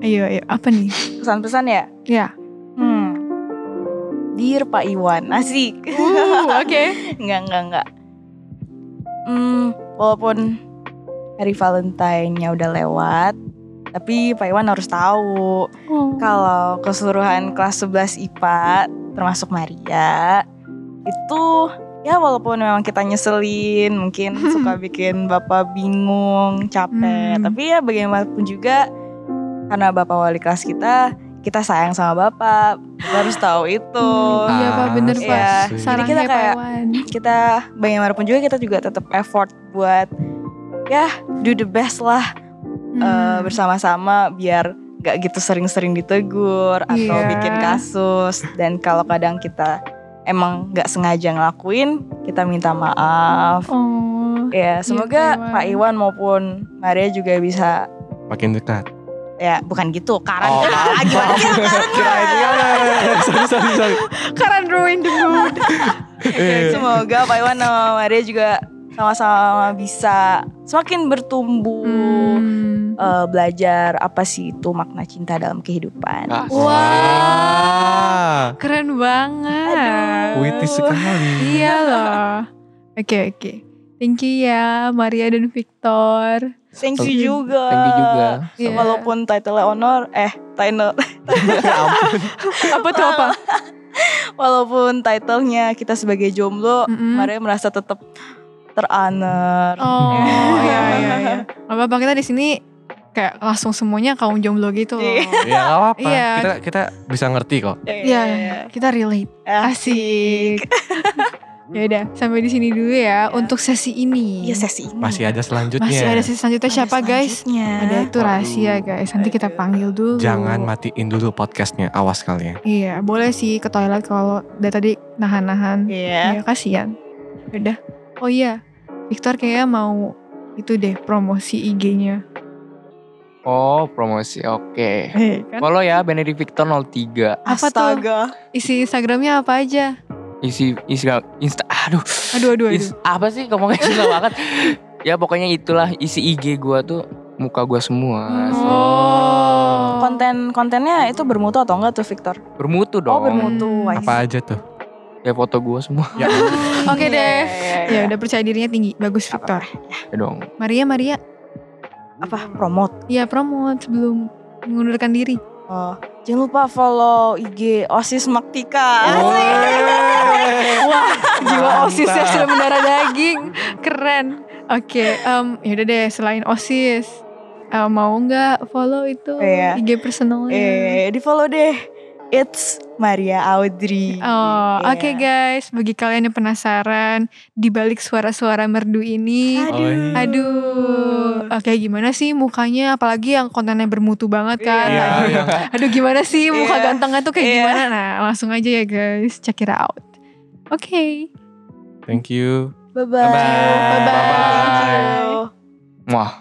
Ayo, ayo. Apa nih? Pesan-pesan ya? Ya. Hmm. Dear Pak Iwan, asik. [laughs] Uh, Oke. Enggak, enggak, enggak. Hmm, walaupun hari Valentine-nya udah lewat, tapi Pak Iwan harus tahu kalau keseluruhan kelas 11 IPA termasuk Maria itu ya walaupun memang kita nyeselin, [laughs] mungkin suka bikin Bapak bingung, Hmm. capek, tapi ya bagaimanapun juga karena Bapak wali kelas kita, kita sayang sama Bapak. Bapak harus tahu itu. Hmm, iya pak, bener pak. Iya. Jadi Sarannya kita Pak kayak- eh, Iwan. kita bagaimanapun juga kita juga tetap effort buat ya do the best lah Hmm. eh, bersama-sama biar gak gitu sering-sering ditegur atau Iya. bikin kasus dan kalau kadang kita emang gak sengaja ngelakuin kita minta maaf Oh. ya semoga Pak Pak Iwan maupun Maria juga bisa makin dekat. ya bukan gitu karena [laughs] Oh, Ah, gimana sih lo karena? Nah, [laughs] Kirain iya, iya, iya. sorry sorry sorry. Karen ruin the mood. Eh, [laughs] Semoga Pak Iwan sama Maria juga sama-sama bisa semakin bertumbuh Hmm. eh, belajar apa sih itu makna cinta dalam kehidupan. Ah. Wah. Wah. Keren banget. Aduh. Puitis sekali. Iya loh. Oke oke. Thank you ya Maria dan Victor. Thank you juga. Thank you juga. Iya. Walaupun title honor eh title [laughs] Ya Ampun. [laughs] apa tuh apa? walaupun titlenya kita sebagai jomblo, Mm-mm. Maria merasa tetap terhonor. Oh iya Iya. iya iya. Gak apa-apa kita di sini kayak langsung semuanya kaum jomblo gitu. loh. Iya. Ya nggak apa-apa. Iya. Kita kita bisa ngerti kok. Iya, kita relate. Asik. [laughs] ya udah, sampai di sini dulu ya untuk sesi ini. Iya sesi ini. Masih ada selanjutnya. Masih ada sesi selanjutnya Ada siapa guys? selanjutnya. Ada itu rahasia guys. Nanti kita Aduh. panggil dulu. Jangan matiin dulu podcastnya, awas kalian. Iya, boleh sih ke toilet kalau dari tadi nahan-nahan. Iya. Iya, kasihan. Udah. Oh iya, Victor kayaknya mau itu deh promosi IG-nya. Oh, promosi. Oke. Hei, kan? Follow ya Benedict Victor 03. Apa tuh? Astaga. Isi Instagramnya apa aja? Isi isi Insta. Aduh. Aduh, aduh, aduh. Is- apa sih ngomongnya susah [laughs] banget. Ya pokoknya itulah isi IG gua tuh muka gua semua. Oh. Konten-kontennya itu bermutu atau enggak tuh Victor? Bermutu dong. Oh, bermutu. I see. Apa aja tuh? Ya foto gua semua. [laughs] [laughs] Ya. Oke Iya, deh. iya, iya. Ya udah percaya dirinya tinggi. Bagus Victor. Ya dong. Maria, Maria. Apa? Iya, Promote. Ya promote sebelum mengundurkan diri. Oh, jangan lupa follow IG Osis Maktika. Oh. Wah, jiwa Mantap. osisnya sudah mendarah daging. Keren. Oke, em yaudah deh selain osis. em, mau nggak follow itu Iya. IG personalnya? Eh, di follow deh. It's Maria Audrey. Oh, Iya. oke guys. Bagi kalian yang penasaran di balik suara-suara merdu ini, Aduh. aduh, oke gimana sih mukanya? Apalagi yang kontennya bermutu banget kan? Iya. Aduh, Aduh gimana sih muka Iya. gantengnya tuh kayak Iya. gimana? Nah, langsung aja ya guys, check it out. Oke. Thank you. Bye-bye. Bye-bye. Thank Bye-bye. you. Wah.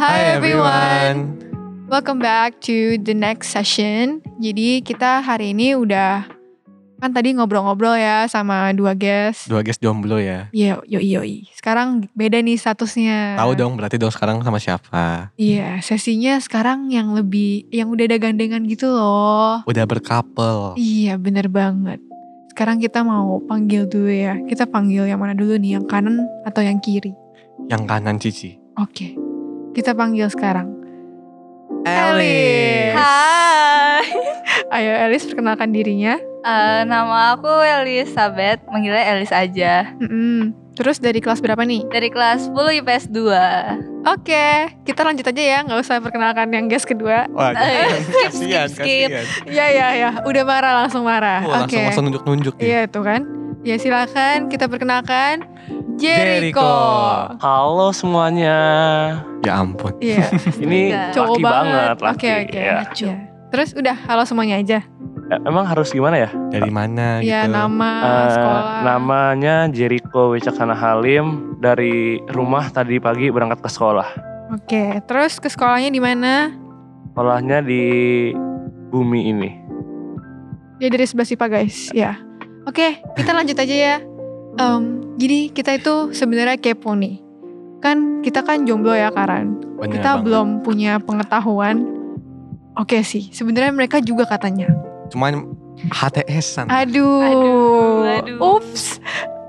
Hi everyone. Welcome back to the next session. Jadi kita hari ini udah kan tadi ngobrol-ngobrol ya sama dua guest. Dua guys jomblo ya. Iya, yoi yoi. Sekarang beda nih statusnya. Tahu dong berarti dong sekarang sama siapa? Iya, sesinya sekarang yang lebih yang udah ada gandengan gitu loh. Udah berkapel. Iya, bener banget. Sekarang kita mau panggil dulu ya. Kita panggil yang mana dulu nih? Yang kanan atau yang kiri? Yang kanan Cici. Oke. Kita panggil sekarang. Alice. Alice. Hai. Oke, Ayo Elis perkenalkan dirinya. Eh, nama aku Elisabeth, manggilnya Elis aja. Mm-mm. Terus dari kelas berapa nih? Dari kelas 10 IPS 2. Oke, kita lanjut aja ya, nggak usah perkenalkan yang guys kedua. Wah, [laughs] Eh, skip, kasihan, skip, skip. kasihan. Iya iya iya, udah marah langsung marah. Oh, Ah, Oke. langsung langsung nunjuk-nunjuk dia. Iya itu kan. Ya silakan kita perkenalkan Jericho. Jericho. Halo semuanya. Ya ampun. Iya, Ini Astaga. cowok laki banget, banget. laki. Oke oke. Ya. Iya. Terus udah halo semuanya aja. Eh, Emang harus gimana ya? Dari mana Iya gitu. nama, Eh, sekolah. namanya Jericho Wicaksana Halim dari rumah tadi pagi berangkat ke sekolah. Oke, terus ke sekolahnya di mana? Sekolahnya di bumi ini. Dia dari sebelah SIPA guys. Ya. Oke, kita lanjut aja ya. Em, jadi kita itu sebenarnya kepo nih. Kan kita kan jomblo ya Karan. Bener kita banget. belum punya pengetahuan. Oke sih, sebenarnya mereka juga katanya. Cuman HTS-an. Aduh, aduh. ups,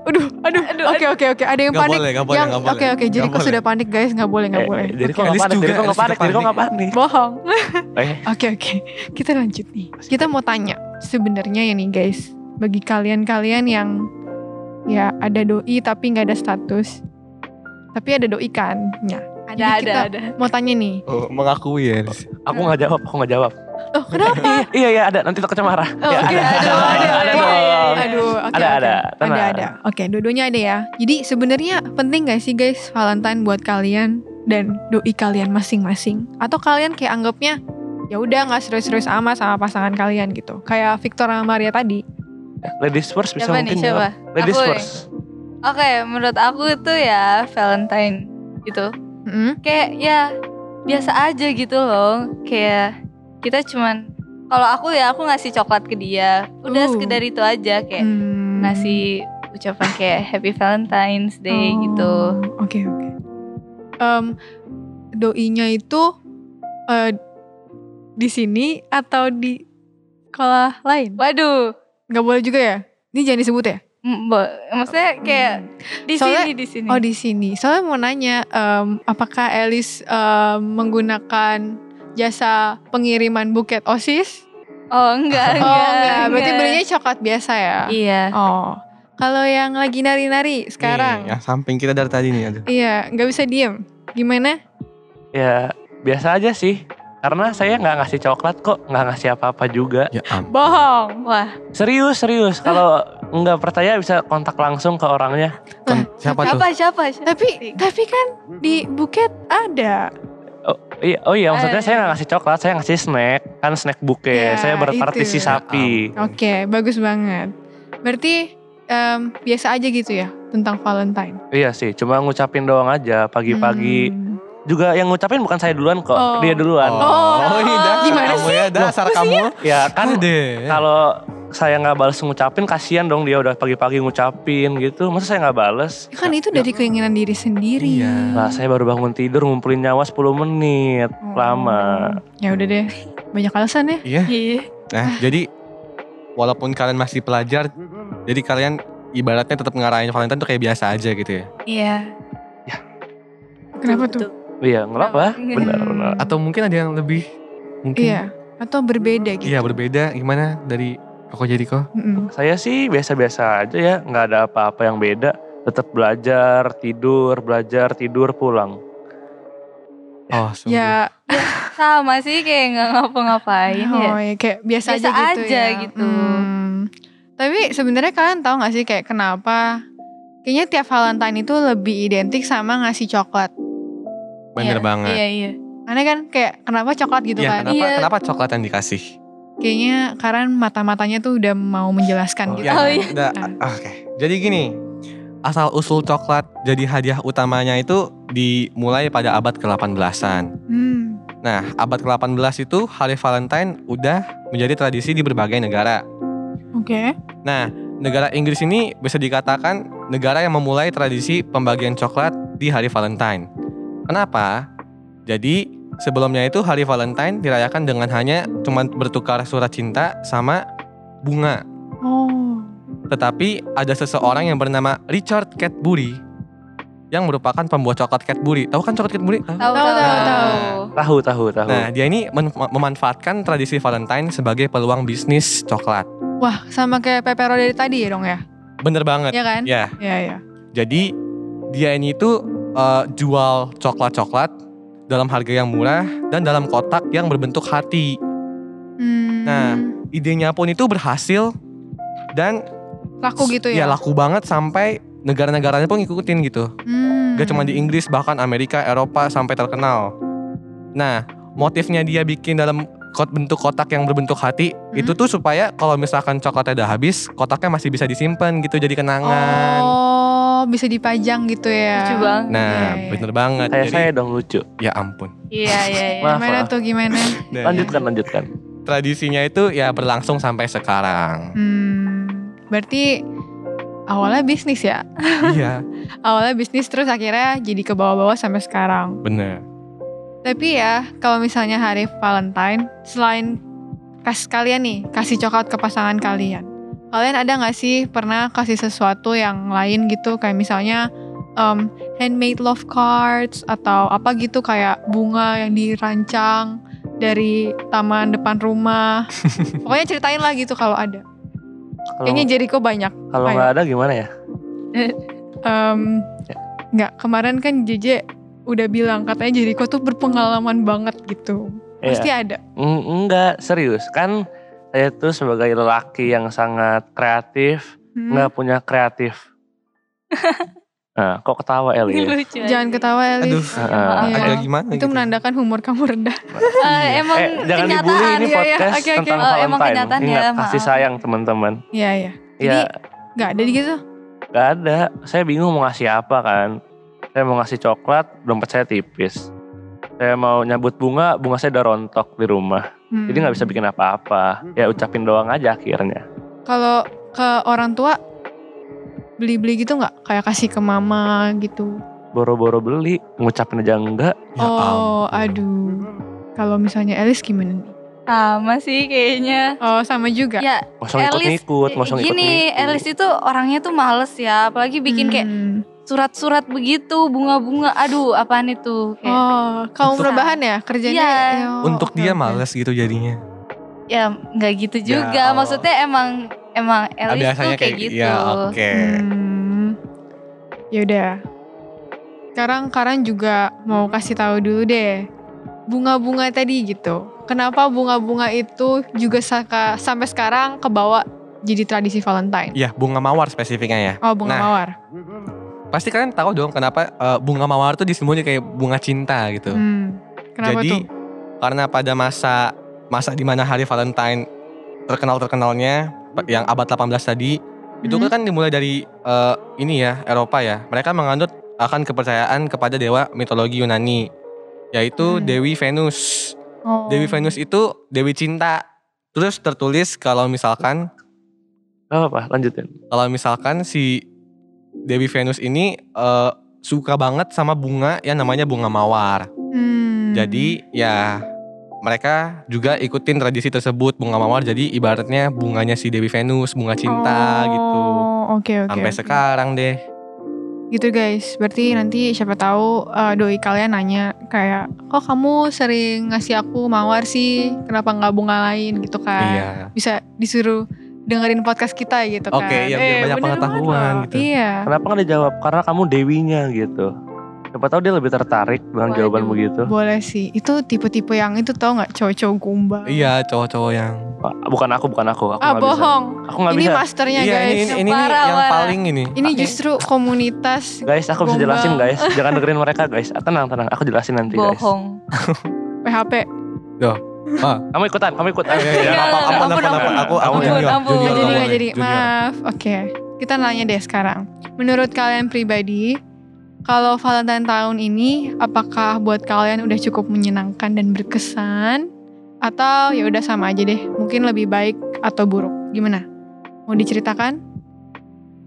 aduh, aduh. Aduh, Oke oke oke, ada yang Gak panik. boleh, gak boleh, yang gak boleh. oke oke, jadi Gak kok boleh. sudah panik guys, nggak boleh nggak Eh, boleh. Jericho Oke, nggak Elis panik, juga, Jericho nggak Elis panik, juga Jericho nggak panik. [laughs] Bohong. Eh. Oke oke, kita lanjut nih. Kita mau tanya, sebenarnya ya nih guys, bagi kalian-kalian yang ya ada doi tapi nggak ada status, tapi ada doi kan, ya. Ada Jadi ada kita- ada. Mau tanya nih, Oh, mengakui ya. Elis. Aku nggak jawab, aku nggak jawab. oh kenapa? Iya, iya, iya, ada. Nanti takutnya marah. Oh, Ya, oke. ada. Aduh, ada, Ada ada. dong. Aduh, oke, Ada, oke. ada. Tenang. Ada, ada. Oke, dua-duanya ada ya. Jadi sebenarnya penting gak sih guys Valentine buat kalian dan doi kalian masing-masing? Atau kalian kayak anggapnya ya udah nggak serius-serius amat sama pasangan kalian gitu. Kayak Victor sama Maria tadi. Ladies first bisa Siapa nih, mungkin siapa? jawab. Ladies ya? Aku deh. first. Oke, menurut aku itu ya Valentine gitu. Mm-mm. Kayak ya biasa aja gitu loh. Kayak kita cuman kalau aku ya aku ngasih coklat ke dia. Udah Uh. sekedar itu aja kayak Hmm. ngasih ucapan kayak Happy Valentine's Day Oh, gitu. Oke, oke. Em, doinya itu eh, di sini atau di sekolah lain? Waduh, Nggak boleh juga ya? Ini jangan disebut ya? M- bo- maksudnya kayak di Soalnya- sini di sini. Oh di sini. Soalnya mau nanya, em, apakah Elis em, menggunakan jasa pengiriman buket osis? Oh enggak, enggak. oh enggak, berarti belinya coklat biasa ya? Iya. Oh, kalau yang lagi nari-nari Nih, sekarang, yang Ya, samping kita dari tadi nih. Aduh. iya nggak bisa diem. Gimana? Ya, biasa aja sih. Karena saya nggak ngasih coklat kok, nggak ngasih apa-apa juga. Ya ampun. Bohong. Wah, Serius, serius. Kalau nggak percaya bisa kontak langsung ke orangnya. Kon- Kan siapa tuh? siapa siapa? siapa? Tapi tapi kan di buket ada. Iya, oh iya, maksudnya Eh. saya nggak ngasih coklat, saya ngasih snack. Kan snack buke, Ya, saya berpartisi itu. Ya sapi. Oke, bagus banget. Berarti em, biasa aja gitu ya tentang Valentine. Iya sih, cuma ngucapin doang aja pagi-pagi. Hmm. Juga yang ngucapin bukan saya duluan kok, Oh. dia duluan. Oh, ini dasar gimana kamu ya, dasar kamu. Ya kan deh. kalau saya nggak balas ngucapin, kasihan dong dia udah pagi-pagi ngucapin gitu. Masa saya nggak balas? Ya kan itu dari keinginan diri sendiri. Iya. Lah saya baru bangun tidur ngumpulin nyawa 10 menit. Oh. Lama. Ya udah deh, banyak alasan ya. Iya. Iya. Nah, jadi walaupun kalian masih pelajar, jadi kalian ibaratnya tetap ngarahin Valentine tuh kayak biasa aja gitu ya. Iya. Kenapa tuh? Iya, ngelap lah. Iya. Benar, Hmm. benar. Atau mungkin ada yang lebih mungkin Iya, atau berbeda gitu. Iya, berbeda gimana dari Koko Jadiko? Mm-mm. Saya sih biasa-biasa aja ya, nggak ada apa-apa yang beda. Tetap belajar, tidur, belajar, tidur, pulang. Oh, sungguh. Ya, Sama sih kayak nggak ngapa-ngapain ya. oh, ya kayak biasa, Biasa aja gitu aja ya. gitu. Hmm. Tapi sebenarnya kalian tahu nggak sih kayak kenapa? Kayaknya tiap Valentine itu lebih identik sama ngasih coklat. bener Iya, banget. Iya, iya. Aneh kan kayak kenapa coklat gitu Iya, kan? kenapa Iya. kenapa coklat yang dikasih? Kayaknya Karan mata-matanya tuh udah mau menjelaskan gitu. iya. Oh, iya. Udah, Kan. ah, Oke. Jadi gini, asal usul coklat jadi hadiah utamanya itu dimulai pada abad ke-18-an. Hmm. Nah, abad ke-18 itu hari Valentine udah menjadi tradisi di berbagai negara. Oke. Nah, negara Inggris ini bisa dikatakan negara yang memulai tradisi pembagian coklat di hari Valentine. Kenapa? Jadi, sebelumnya itu hari Valentine dirayakan dengan hanya cuman bertukar surat cinta sama bunga. Oh. Tetapi ada seseorang yang bernama Richard Cadbury yang merupakan pembuat coklat Cadbury. Tahu kan coklat Cadbury? Tahu. Tahu, Tahu, tahu, tahu, tahu. Nah, Tahu, tahu, tahu. Nah, dia ini men- memanfaatkan tradisi Valentine sebagai peluang bisnis coklat. Wah, sama kayak Pepero dari tadi ya dong ya? Bener banget. Iya kan? Ya, Iya, iya. jadi dia ini tuh eh, jual coklat-coklat dalam harga yang murah dan dalam kotak yang berbentuk hati. Hmm, Nah. Idenya pun itu berhasil dan laku gitu ya? iya, laku banget sampai negara-negaranya pun ngikutin gitu. Hmm. Gak cuma di Inggris, bahkan Amerika, Eropa sampai terkenal. Nah, motifnya dia bikin dalam kot bentuk kotak yang berbentuk hati Mhm. itu tuh supaya kalau misalkan coklatnya udah habis, kotaknya masih bisa disimpan gitu jadi kenangan. Oh, bisa dipajang gitu ya? Lucu banget. Nah, Iya, iya. bener banget. Kayak Jadi, saya dong lucu. ya ampun. Iya iya iya. Maaf, Gimana maaf. tuh, gimana? Nah, Lanjutkan, lanjutkan. Tradisinya itu ya berlangsung sampai [laughs] sekarang. Hmm, berarti awalnya bisnis ya? iya, Awalnya bisnis terus akhirnya jadi ke bawah-bawah sampai sekarang. bener. Tapi ya, kalau misalnya hari Valentine, selain kasih kalian nih, kasih coklat ke pasangan kalian. Kalian ada nggak sih pernah kasih sesuatu yang lain gitu, kayak misalnya um, handmade love cards atau apa gitu kayak bunga yang dirancang dari taman depan rumah. Pokoknya ceritain lah gitu kalau ada. Kalau Kayaknya Jericho banyak. kalau ayo. nggak ada gimana ya? Um, nggak kemarin kan JJ udah bilang katanya Jericho tuh berpengalaman banget gitu. Iya. Pasti ada. Mm, enggak, serius. Kan saya tuh sebagai lelaki yang sangat kreatif, Hmm. nggak punya kreatif. nah, kok ketawa Ini Eli? [laughs] lucu. Jangan aja. ketawa Aduh, Elis. Heeh. Iya. agak gimana Itu gitu. menandakan humor kamu rendah. Eh, emang eh, jangan dibully kenyataan. ini Iya, iya. podcast Oke, oke. tentang Oh, emang Valentine. kenyataan ya, Ingat, kasih maaf. sayang teman-teman. [laughs] Iya iya. Iya, Gak ada gitu. nggak ada. Saya bingung mau ngasih apa kan. Saya mau ngasih coklat, dompet saya tipis. Saya mau nyabut bunga, bunga saya udah rontok di rumah. Hmm. Jadi nggak bisa bikin apa-apa. Ya ucapin doang aja akhirnya. Kalau ke orang tua beli-beli gitu nggak? Kayak kasih ke mama gitu. Boro-boro beli, ngucapin aja enggak. Ya oh ampun. aduh. Kalau misalnya Elis gimana nih? Sama sih kayaknya. Oh sama juga. Ya, Langsung ikut-ikut, langsung eh, ikut gini, Elis itu orangnya tuh males ya, apalagi bikin kayak Hmm. surat-surat begitu, bunga-bunga. Aduh, apaan itu? Kayak Oh kamu Untuk- rebahan ya kerjanya? Iya. Ya, oh, Untuk oke, dia oke. males gitu jadinya. ya nggak gitu Ya, juga. oh. Maksudnya emang emang Elis tuh Biasanya kayak, kayak gitu. ya oke. Hmm. Ya udah. Sekarang Karan juga mau kasih tahu dulu deh. Bunga-bunga tadi gitu. Kenapa bunga-bunga itu juga saka- sampai sekarang kebawa jadi tradisi Valentine? Ya, bunga mawar spesifiknya ya. Oh, bunga Nah. mawar. Pasti kalian tahu dong kenapa eh, bunga mawar tuh disebutnya kayak bunga cinta gitu. Hmm. Kenapa Jadi tuh? karena pada masa masa di mana hari Valentine terkenal terkenalnya Hmm. yang abad 18 tadi itu Mhm. kan dimulai dari eh, ini ya Eropa ya. Mereka menganut akan kepercayaan kepada dewa mitologi Yunani Hmm. yaitu Dewi Venus. Oh. Dewi Venus itu dewi cinta. Terus tertulis kalau misalkan Gak apa-apa, lanjutin. kalau misalkan si Dewi Venus ini eh, suka banget sama bunga yang namanya bunga mawar. Hmm. Jadi ya mereka juga ikutin tradisi tersebut bunga mawar. Jadi ibaratnya bunganya si Dewi Venus, bunga cinta Oh, gitu. Oke, oke. Sampai oke. sekarang deh. gitu guys berarti nanti siapa tahu eh, doi kalian nanya kayak kok kamu sering ngasih aku mawar sih kenapa nggak bunga lain gitu kan Iya. bisa disuruh dengerin podcast kita gitu Oke, kan iya, biar banyak bener pengetahuan banget. gitu. iya Kenapa nggak dijawab? Karena kamu dewinya gitu. Siapa tahu dia lebih tertarik dengan Waduh. gitu. jawaban begitu. boleh sih itu tipe-tipe yang itu tau nggak cowok-cowok gombal Iya, cowok-cowok yang Ah, Bukan aku, bukan aku. ah Aku nggak bisa. bohong Aku nggak ini bisa. masternya Iya, guys ini ini, ini, ini nih Parah, yang parah. paling ini. justru komunitas Guys, aku bisa Gombal. jelasin guys. Jangan dengerin mereka guys. Ah, tenang, tenang. Aku jelasin nanti guys. Bohong. PHP Kamu ikutan, kamu ikutan. Eh, eh, eh, Enggak, apa enggak, apa ampun, apa apa ampun. aku aku Ampun, junior. Nggak junior, ampun. Oh, jadi tolong nggak deh, jadi junior. maaf oke kita nanya deh sekarang menurut kalian pribadi kalau Valentine tahun ini apakah buat kalian udah cukup menyenangkan dan berkesan atau ya udah sama aja deh mungkin lebih baik atau buruk gimana mau diceritakan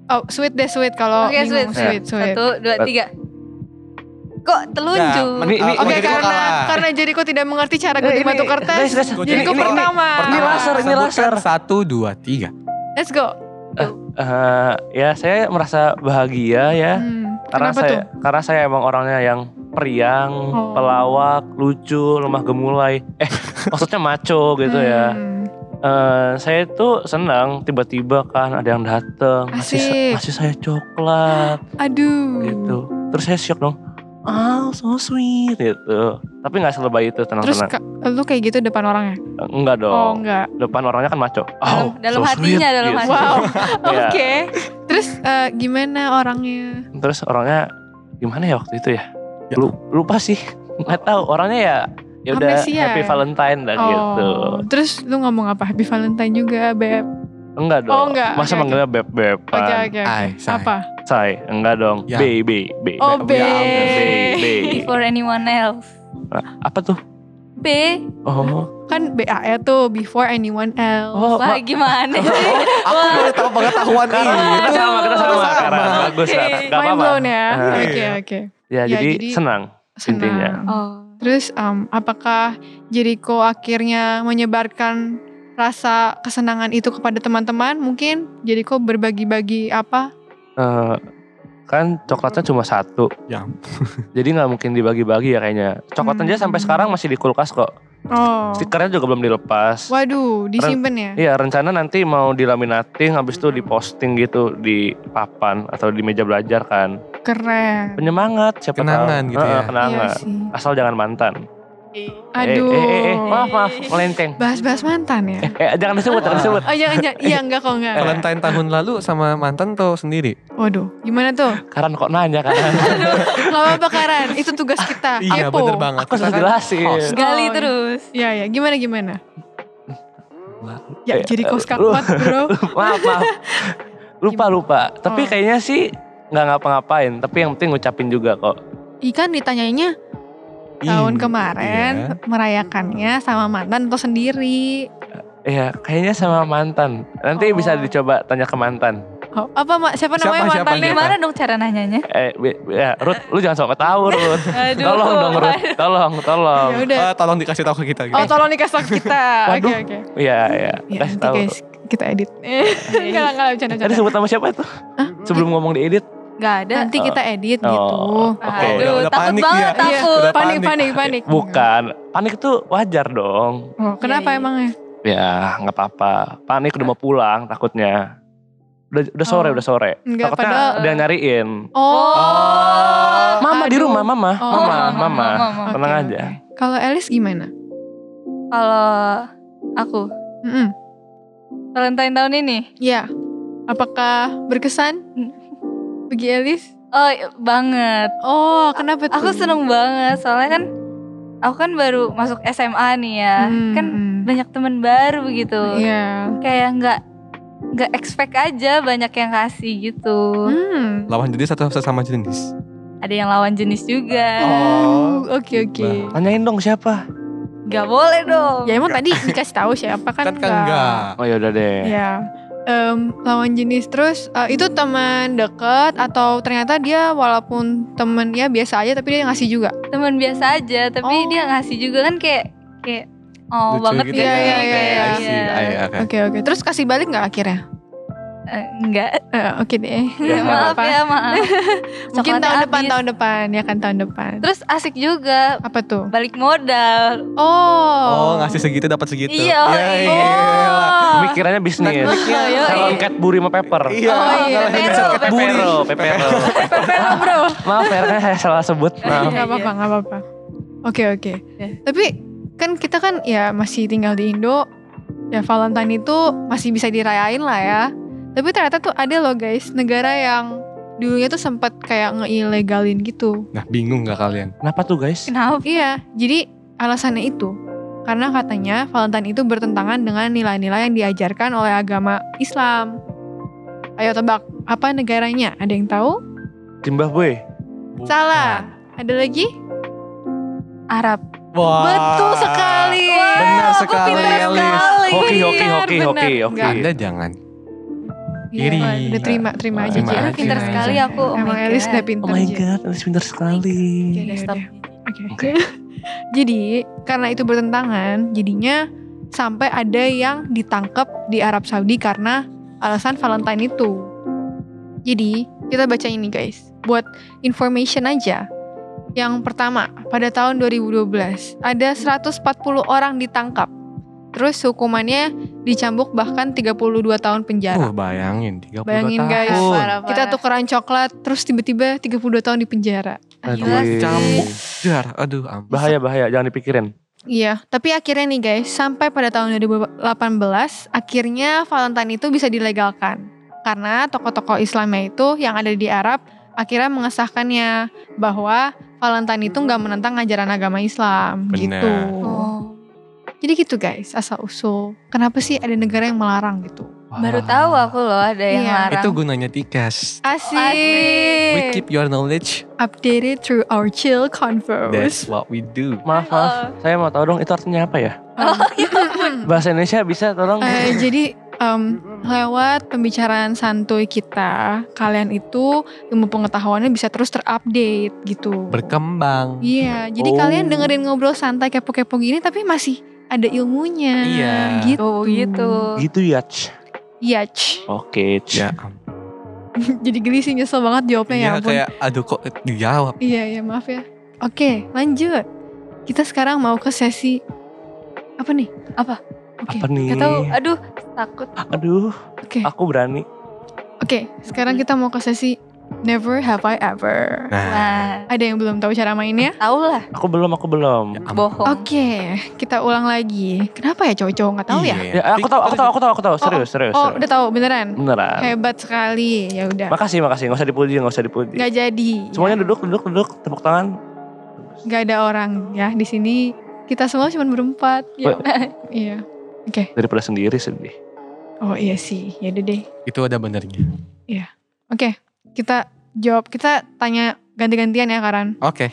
oh sweet deh sweet kalau Oke, sweet, bingung. sweet sweet Satu, dua, tiga. Kok telunjuk? Ini- ini- oke ini kita karena kalah. karena jadi kok tidak mengerti cara ganti ini- batu kertas guys, guys, Gua jadi jadi- kok ini- ini- pertama Ini laser, ini Sebutkan laser. Satu, dua, tiga. let's go Eh, ya, saya merasa bahagia ya. Hmm, Karena kenapa Ya, saya, tuh karena saya emang orangnya yang periang, Oh. pelawak, lucu, lemah gemulai. Eh, [laughs] maksudnya maco gitu ya. Hmm. Eh, saya itu senang tiba-tiba kan ada yang datang Asik. ngasih, ngasih saya coklat Hmm. Aduh. gitu. Terus saya shock dong. Oh, so sweet gitu. Tapi nggak selebay itu Terus tenang-tenang. ka- lu kayak gitu depan orangnya? Enggak dong. Oh, enggak. Depan orangnya kan maco. Dalam- Oh, dalam so hatinya, sweet, dalam gitu. hatinya. Wow. Iya. Oke. Terus eh, gimana orangnya? Terus orangnya gimana ya waktu itu ya? Ya. Lu- lupa sih. [laughs] Nggak tahu orangnya ya ya udah Amnesia happy ya? Valentine dah gitu. Oh. Terus lu ngomong apa? Happy Valentine juga, Beb. Enggak dong. Oh, enggak. Masa Oke, manggilnya beb beb Oke, oke. oke. Ay, Eh, say. Apa? Say, enggak dong. Ya. B B B. Iya, Oh, B. Beb. Ya, B. Before anyone else. Apa tuh? B. Oh, Kan BAE tuh before anyone else. oh, Wah, ma- [laughs] gimana sih? Aku udah tahu pengetahuan Karena kita itu. sama kita sama Sama. karena bagus Oke. lah. Enggak Iya. Mind apa-apa. blown ya. Ah, Oke, iya. oke. Ya, Ya, jadi, jadi- senang. Intinya. Senang. Oh. Terus em, apakah Jericho akhirnya menyebarkan rasa kesenangan itu kepada teman-teman? Mungkin Jericho berbagi-bagi apa? Eh, kan coklatnya cuma satu. Ya. [laughs] jadi nggak mungkin dibagi-bagi ya kayaknya. Coklatnya aja sampai Hmm. sekarang masih di kulkas kok. Oh. Stikernya juga belum dilepas. Waduh, disimpan ya? Iya rencana nanti mau dilaminating habis itu diposting gitu di papan atau di meja belajar kan. Keren. Penyemangat siapa Kenangan tahu. gitu ya. Heeh, kenangan. Iya sih. Asal jangan mantan. Eh, Aduh. Eh, eh, eh, maaf maaf melenceng. Bahas-bahas mantan ya? Eh, jangan disebut jangan disebut. Oh jangan, jangan. Iya enggak kok enggak. Valentine tahun lalu sama mantan tuh sendiri. Waduh, gimana tuh? Karan kok nanya kan. Gak apa-apa Karan, itu tugas kita. [laughs] Iya kepo. bener banget. Kita Aku sudah kan jelasin. host. Gali Oh, terus. Iya, iya. Gimana, gimana? Ya, Eh, jadi kos kakot lu- bro. [laughs] maaf maaf. Lupa lupa. Oh. Tapi kayaknya sih nggak ngapa-ngapain. Tapi yang penting ngucapin juga kok. Ikan ditanyanya tahun iya. kemarin merayakannya sama mantan atau sendiri. Iya, kayaknya sama mantan. Oh. Nanti bisa dicoba tanya ke mantan. Oh, apa mak? Siapa Siapa, namanya siapa, mantannya? siapa? Gimana dong cara nanyanya? Eh, Bi- Bi- ya, Ruth, lu jangan sok tahu, Ruth. Aduh. Tolong dong, [laughs] Ruth. Tolong, tolong. Ya udah. Eh, tolong dikasih tahu ke kita gitu. Oh tolong dikasih kita. Oke Oh, iya. [laughs] Waduh. oke. Iya, iya. Ya, Kasih nanti tahu. guys kita edit. [laughs] Enggak lah, enggak lah, bercanda Tadi bercanda. sebut nama siapa itu? Sebelum ngomong diedit. Gak ada. Nanti kita edit Oh, gitu. oke. Aduh, Udah- udah takut panik banget, dia. takut. Udah panik, panik. panik, panik. Bukan. Panik itu wajar dong. Oh, kenapa Iya, iya. emangnya? Ya, nggak apa-apa. Panik udah mau pulang takutnya. Udah, udah sore, Oh. udah sore. Enggak, takutnya padahal- ada yang nyariin. Oh, Oh. Mama di aduh. rumah, mama, Oh, mama, mama. Oke, Tenang oke. aja. Kalau Elis gimana? Kalau aku, Mm-mm. Valentine tahun ini, Ya. Apakah berkesan bagi Elis? oh i- banget. Oh, kenapa tuh? Aku seneng banget, soalnya kan aku kan baru masuk SMA nih ya, Hmm, kan hmm. banyak teman baru gitu. Iya. Kayak nggak nggak expect aja banyak yang kasih gitu. Hmm. Lawan jenis atau sesama jenis? Ada yang lawan jenis juga. Oh, oke oke. Tanyain dong siapa? Gak boleh dong. Ya emang tadi dikasih tahu siapa kan? Kan kan enggak. Oh ya udah deh. Ya. Em, lawan jenis terus eh, itu teman dekat atau ternyata dia walaupun temen ya biasa aja tapi dia ngasih juga. Teman biasa aja, tapi Oh. dia ngasih juga kan kayak kayak Lucu oh banget gitu Iya, ya. iya, iya, iya. I see. I, oke. Oke oke. Terus kasih balik nggak akhirnya? Eh, enggak. Eh, oke deh. [laughs] Ya, maaf Apa-apa. ya, maaf. [laughs] Mungkin Coklatnya tahun depan habis. tahun depan ya kan tahun depan. Terus asik juga Apa tuh? balik modal. Oh. Oh, ngasih segitu dapat segitu. Iya, Ya, oh. iyalah. Pemikirannya bisnis. Oh, iya. Calon cat buri sama paper. Iya. Oh, iya. ngalahin Pepero, set cat buri. Pepero, pepero. Pepero, bro. Maaf ya, saya salah sebut. Iya, Maaf. Nggak apa-apa, nggak apa-apa. Oke, oke. Ya. Tapi kan kita kan ya masih tinggal di Indo. Ya Valentine itu masih bisa dirayain lah ya. Tapi ternyata tuh ada loh guys, negara yang dulunya tuh sempat kayak ngeilegalin gitu. Nah, bingung gak kalian? Kenapa tuh guys? Kenapa? Iya, jadi alasannya itu karena katanya Valentine itu bertentangan dengan nilai-nilai yang diajarkan oleh agama Islam. Ayo tebak, apa negaranya? Ada yang tahu? Zimbabwe. Salah. Ada lagi? Arab. Wah. Betul sekali. Benar Wah, aku sekali, pintar Elis. sekali. Hoki, hoki, Benar, Iya, hoki, Iya, benar. hoki, hoki. Enggak. Anda jangan. Iya, Iri. Udah terima, terima aja. Ji. Terima aja. Kira pintar Terima sekali aja. aku. Oh Emang my Elis God. udah pintar. Oh my Ji. god, harus pintar sekali. Oke, Stop. udah. Iya, Oke. [laughs] Jadi karena itu bertentangan, jadinya sampai ada yang ditangkap di Arab Saudi karena alasan Valentine itu. Jadi kita baca ini guys, buat information aja. Yang pertama, pada tahun 2012, ada 140 orang ditangkap. Terus hukumannya dicambuk bahkan 32 tahun penjara. Uh, bayangin 32 Iya. Bayangin, tahun. guys. Parah, Kita parah. tukeran coklat, terus tiba-tiba 32 tahun di penjara. Gila Iya sih. Cambuk. Jar, aduh ampun. Bahaya bahaya jangan dipikirin. Iya, tapi akhirnya nih guys, sampai pada tahun 2018, akhirnya Valentine itu bisa dilegalkan. Karena tokoh-tokoh Islamnya itu yang ada di Arab akhirnya mengesahkannya bahwa Valentine itu nggak menentang ajaran agama Islam Benar. gitu. Oh, Jadi gitu guys, asal usul. Kenapa sih ada negara yang melarang gitu? baru tahu aku loh ada yang Iya. larang. Itu gunanya tikas. Asik. Asik. We keep your knowledge. Updated through our chill converse. That's what we do. Maaf, maaf. Saya mau tahu dong itu artinya apa ya? Um, Oh, [clears throat] iya, Bahasa Indonesia bisa tolong? Eh, jadi em, lewat pembicaraan santuy kita, kalian itu ilmu pengetahuannya bisa terus terupdate gitu. Berkembang. Iya, jadi Oh. kalian dengerin ngobrol santai kepo-kepo gini tapi masih ada ilmunya. Iya. Gitu. Oh gitu. Gitu ya. Ch. Iya, Ci. Oke. Ch. Ya ampun. [laughs] jadi geli sih nyesel banget jawabnya ya Iya ampun. kayak aduh kok dijawab. Iya, iya maaf ya. Oke, lanjut. Kita sekarang mau ke sesi apa nih? Apa? Oke. Apa Gak nih? tau, aduh takut. Aduh, Oke. aku berani. Oke, sekarang kita mau ke sesi Never Have I Ever. Nah, Wah, Ada yang belum tahu cara mainnya? tau lah, Aku belum, aku ya belum. ampun. Oh. bohong. Oke, kita ulang lagi. Kenapa ya cowok-cowok nggak tahu ya? Iya. Ya, aku tahu, aku tahu, aku tahu, aku tahu. Serius, serius. Oh, serius. udah tahu beneran. Beneran. Hebat sekali. Ya udah. Makasih, makasih. Nggak usah dipuji, nggak usah dipuji. Nggak jadi. Semuanya duduk, duduk, duduk. Tepuk tangan. Nggak ada orang ya di sini. Kita semua cuma berempat. Ya. iya. Daripada sendiri sedih. Oh iya sih. Ya udah deh. Itu ada benernya. Oke, kita jawab. Kita tanya ganti-gantian ya, Karan. Oke.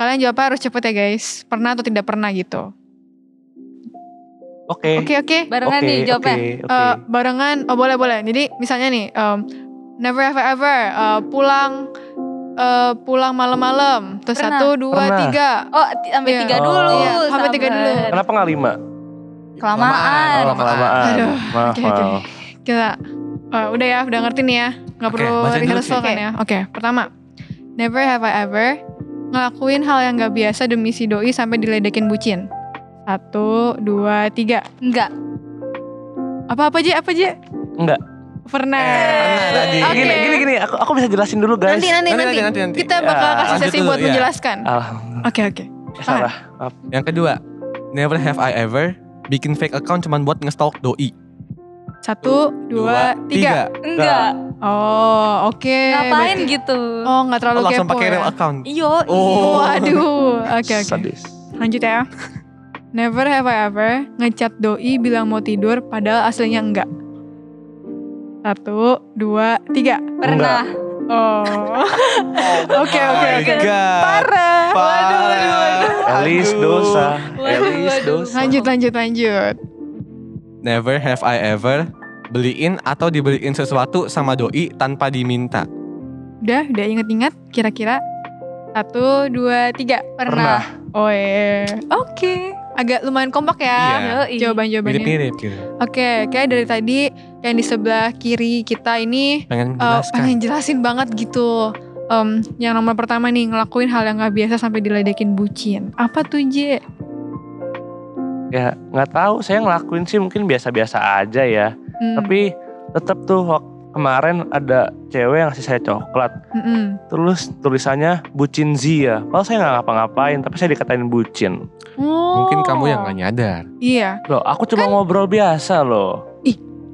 Kalian jawabnya harus cepet ya, guys. Pernah atau tidak pernah gitu. Oke. Oke, oke. Barengan nih jawabnya. Oke, oke. Eh, barengan oh boleh boleh jadi misalnya nih em, never have I ever eh, pulang eh, pulang malam-malam terus Pernah. satu dua Pernah. tiga Oh, t- sampai Iya. tiga Oh. dulu. Iya, sampai tiga sabar. dulu. Kenapa nggak lima? Kelamaan. Oh, Kelamaan. Aduh, Maaf, oke, oke. maaf. kita eh, udah ya udah ngerti nih ya nggak Oke, perlu bacain dulu, rehearsal Ci. kan ya oke pertama never have I ever ngelakuin hal yang nggak biasa demi si doi sampai diledekin bucin satu dua tiga Enggak. apa apa aja apa aja Enggak. Eh, pernah pernah Oke. tadi. Nah, Gini, gini, gini. Aku, aku bisa jelasin dulu, guys. nanti nanti Nanti, nanti, nanti, nanti, nanti. kita Ya, bakal kasih lanjut sesi dulu, buat ya. menjelaskan Alhamdulillah. oke oke Eh, salah. Yang kedua, never have I ever bikin fake account cuman buat ngestalk doi. Satu, dua, tiga. Enggak. Oh, oke. Ngapain Berarti- gitu? Oh, nggak terlalu Oh, langsung kepo pakai ya. real account. Iyo. iya. Oh. Waduh, oke oke. Sadis. Lanjut ya. Never have I ever ngechat doi bilang mau tidur padahal aslinya enggak. Satu, dua, tiga. Pernah. [laughs] Oh. Oke Iya, oke My oke. God. Parah. Parah. Elis Aduh. dosa. Waduh, Elis waduh. dosa. Lanjut lanjut lanjut. Never have I ever beliin atau dibeliin sesuatu sama doi tanpa diminta. Udah udah inget-inget kira-kira. Satu, dua, tiga. Pernah. Oh iya. Oke. Agak lumayan kompak ya. Iya. Yoi. Jawaban-jawabannya. Mirip-mirip gitu. Oke, kayak dari tadi yang di sebelah kiri kita ini Pengen uh, menjelaskan. pengen jelasin banget gitu. Em, yang nomor pertama nih ngelakuin hal yang nggak biasa sampai diledekin bucin. Apa tuh Je? Ya, nggak tahu. Saya ngelakuin sih mungkin biasa-biasa aja ya. Hmm, Tapi tetap tuh wak- kemarin ada cewek yang ngasih saya coklat. mm-mm. Terus tulisannya bucin Zia. Padahal saya nggak ngapa-ngapain, tapi saya dikatain bucin. Oh. Mungkin kamu yang gak nyadar. Iya, Loh, aku cuma ngobrol biasa loh.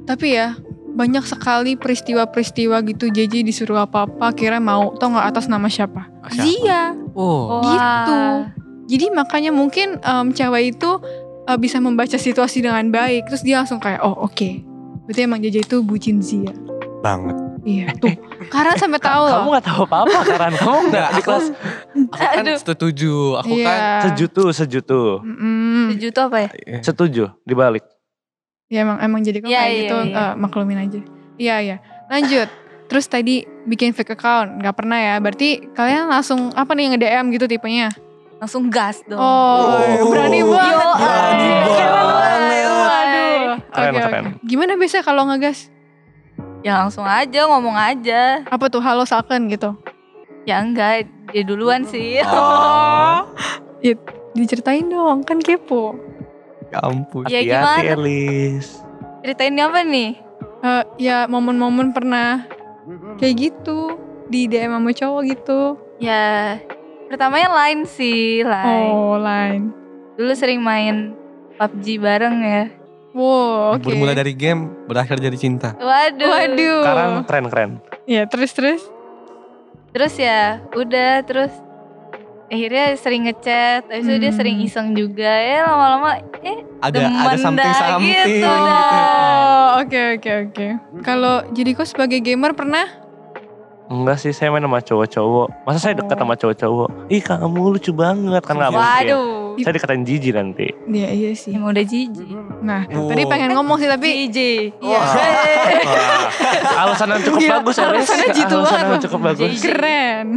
tapi ya banyak sekali peristiwa-peristiwa gitu JJ disuruh apa-apa kira mau tau nggak atas nama siapa? Ah, Siapa? Zia. Oh. Wah. Gitu. Jadi makanya mungkin em, cewek itu eh, bisa membaca situasi dengan baik. Terus dia langsung kayak, oh oke. Berarti emang JJ itu bucin Zia. Banget. Iya tuh. Karena sampai tahu loh. Kamu nggak tahu apa-apa Karan. [laughs] Kamu nggak di Nah, aku- kelas Aku kan Aduh. setuju. Aku Iya. kan sejutu, sejutu. Mm-mm. Setuju tuh apa ya? Setuju, dibalik. Ya emang emang jadi kok Iya, kayak iya, gitu iya. eh, maklumin aja. Iya iya. Lanjut. Terus tadi bikin fake account nggak pernah ya? Berarti kalian langsung apa nih nge DM gitu tipenya? Langsung gas dong. Oh, Oh. berani banget. Yo, Berani ay. banget. Waduh. Keren, Oke, oke. keren. Gimana biasanya kalau ngegas? Ya langsung aja ngomong aja. Apa tuh halo salken gitu? Ya enggak Dia duluan sih. Oh. Diceritain dong, kan kepo. Ya ampun. Ya, Hati-hati gimana? Elis. [laughs] Ceritain apa nih? Eh, ya momen-momen pernah kayak gitu di DM sama cowok gitu. Ya pertamanya lain sih, lain. Oh, lain. Dulu sering main PUBG bareng ya. Wow, oke. Bermula dari game, berakhir jadi cinta. Waduh. Waduh. Sekarang keren-keren. Ya, terus-terus. Terus ya udah terus akhirnya sering ngechat, habis itu dia Hmm. sering iseng juga. Ya lama-lama eh Ada ada Demen something dah something. gitu Oh, oke oke oke. Kalau jadi kok sebagai gamer pernah? Enggak sih, saya main sama cowok-cowok. Masa saya dekat Oh. sama cowok-cowok? Ih, kamu lucu banget. Kan nggak mungkin. waduh. Saya dikatain jijik nanti. Iya iya sih. Emang udah jijik. Nah, Wow. tadi pengen ngomong sih tapi Jijik. Iya. Wah, [laughs] alasan yang cukup Gila, bagus, Elis. alasannya jitu Alasan banget. yang cukup bagus. Jijik. keren.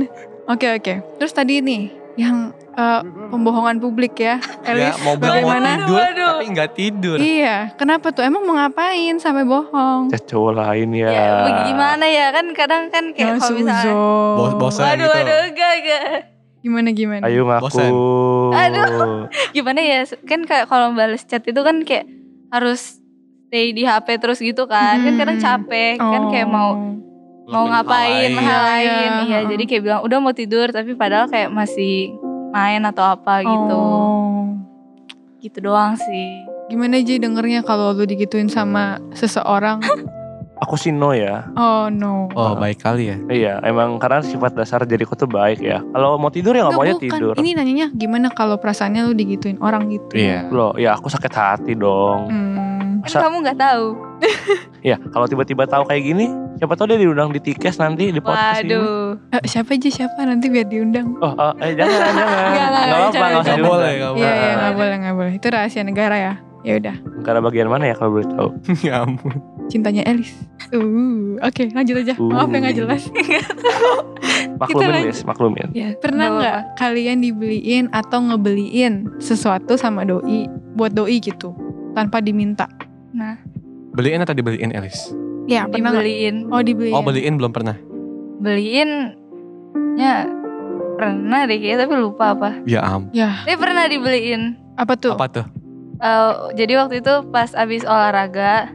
Oke oke. Terus tadi nih yang eh, pembohongan publik ya, Ya, Elis. mau bilang mau bagaimana? tidur, Waduh. tapi nggak tidur. Iya, kenapa tuh? Emang mau ngapain sampai bohong? Ya, cowok lain ya. Ya, gimana ya kan kadang kan Jangan kayak kalau misalnya suzon. Bo- bosan Waduh, gitu. waduh, enggak, enggak. Gimana gimana? Ayo ngaku. Bosan. Aduh. Gimana ya? Kan kayak kalau balas chat itu kan kayak harus stay di HP terus gitu kan. Kan kadang Hmm. Oh. capek, kan kayak mau Lakuin mau hal ngapain lain. hal lain. Iya, Iya, heeh. jadi kayak bilang udah mau tidur tapi padahal kayak masih main atau apa gitu. Oh. Gitu doang sih. Gimana aja dengernya kalau lu digituin sama seseorang? Aku sih no ya. oh no. Oh, baik kali ya. Iya, emang karena sifat dasar jadiku tuh baik ya. Kalau mau tidur ya nggak maunya tidur. Ini nanyanya gimana kalau perasaannya lu digituin orang gitu? Iya. Loh, ya aku sakit hati dong. Hmm. Kan Masa- kamu nggak tahu. Ya, kalau tiba-tiba tahu kayak gini, siapa tahu dia diundang di tikes nanti di podcast ini. Waduh. Eh, siapa aja siapa nanti biar diundang. Oh, oh, eh, jangan, jangan. Nggak, nggak, Nggak bercanda, apa-apa, nggak usah Nggak Aduh. boleh, diundang. nggak Iya iya boleh. [laughs] nggak boleh nggak boleh. Itu rahasia negara ya. Ya udah. Karena bagian mana ya kalau boleh tahu? Ya ampun. Cintanya Elis. Uh, oke lanjut aja. Maaf ya nggak Uh. [laughs] jelas. Maklumin, lanjut. Liz, maklumin. Ya, Pernah nggak nggak kalian dibeliin atau ngebeliin sesuatu sama doi buat doi gitu tanpa diminta? Beliin atau dibeliin Elis? Ya pernah nggak? dibeliin. Oh dibeliin. Oh, beliin belum pernah. Beliin ya pernah deh kayaknya tapi lupa apa. Ya ampun. Tapi pernah dibeliin. Apa tuh? Apa tuh? Eh, jadi waktu itu pas abis olahraga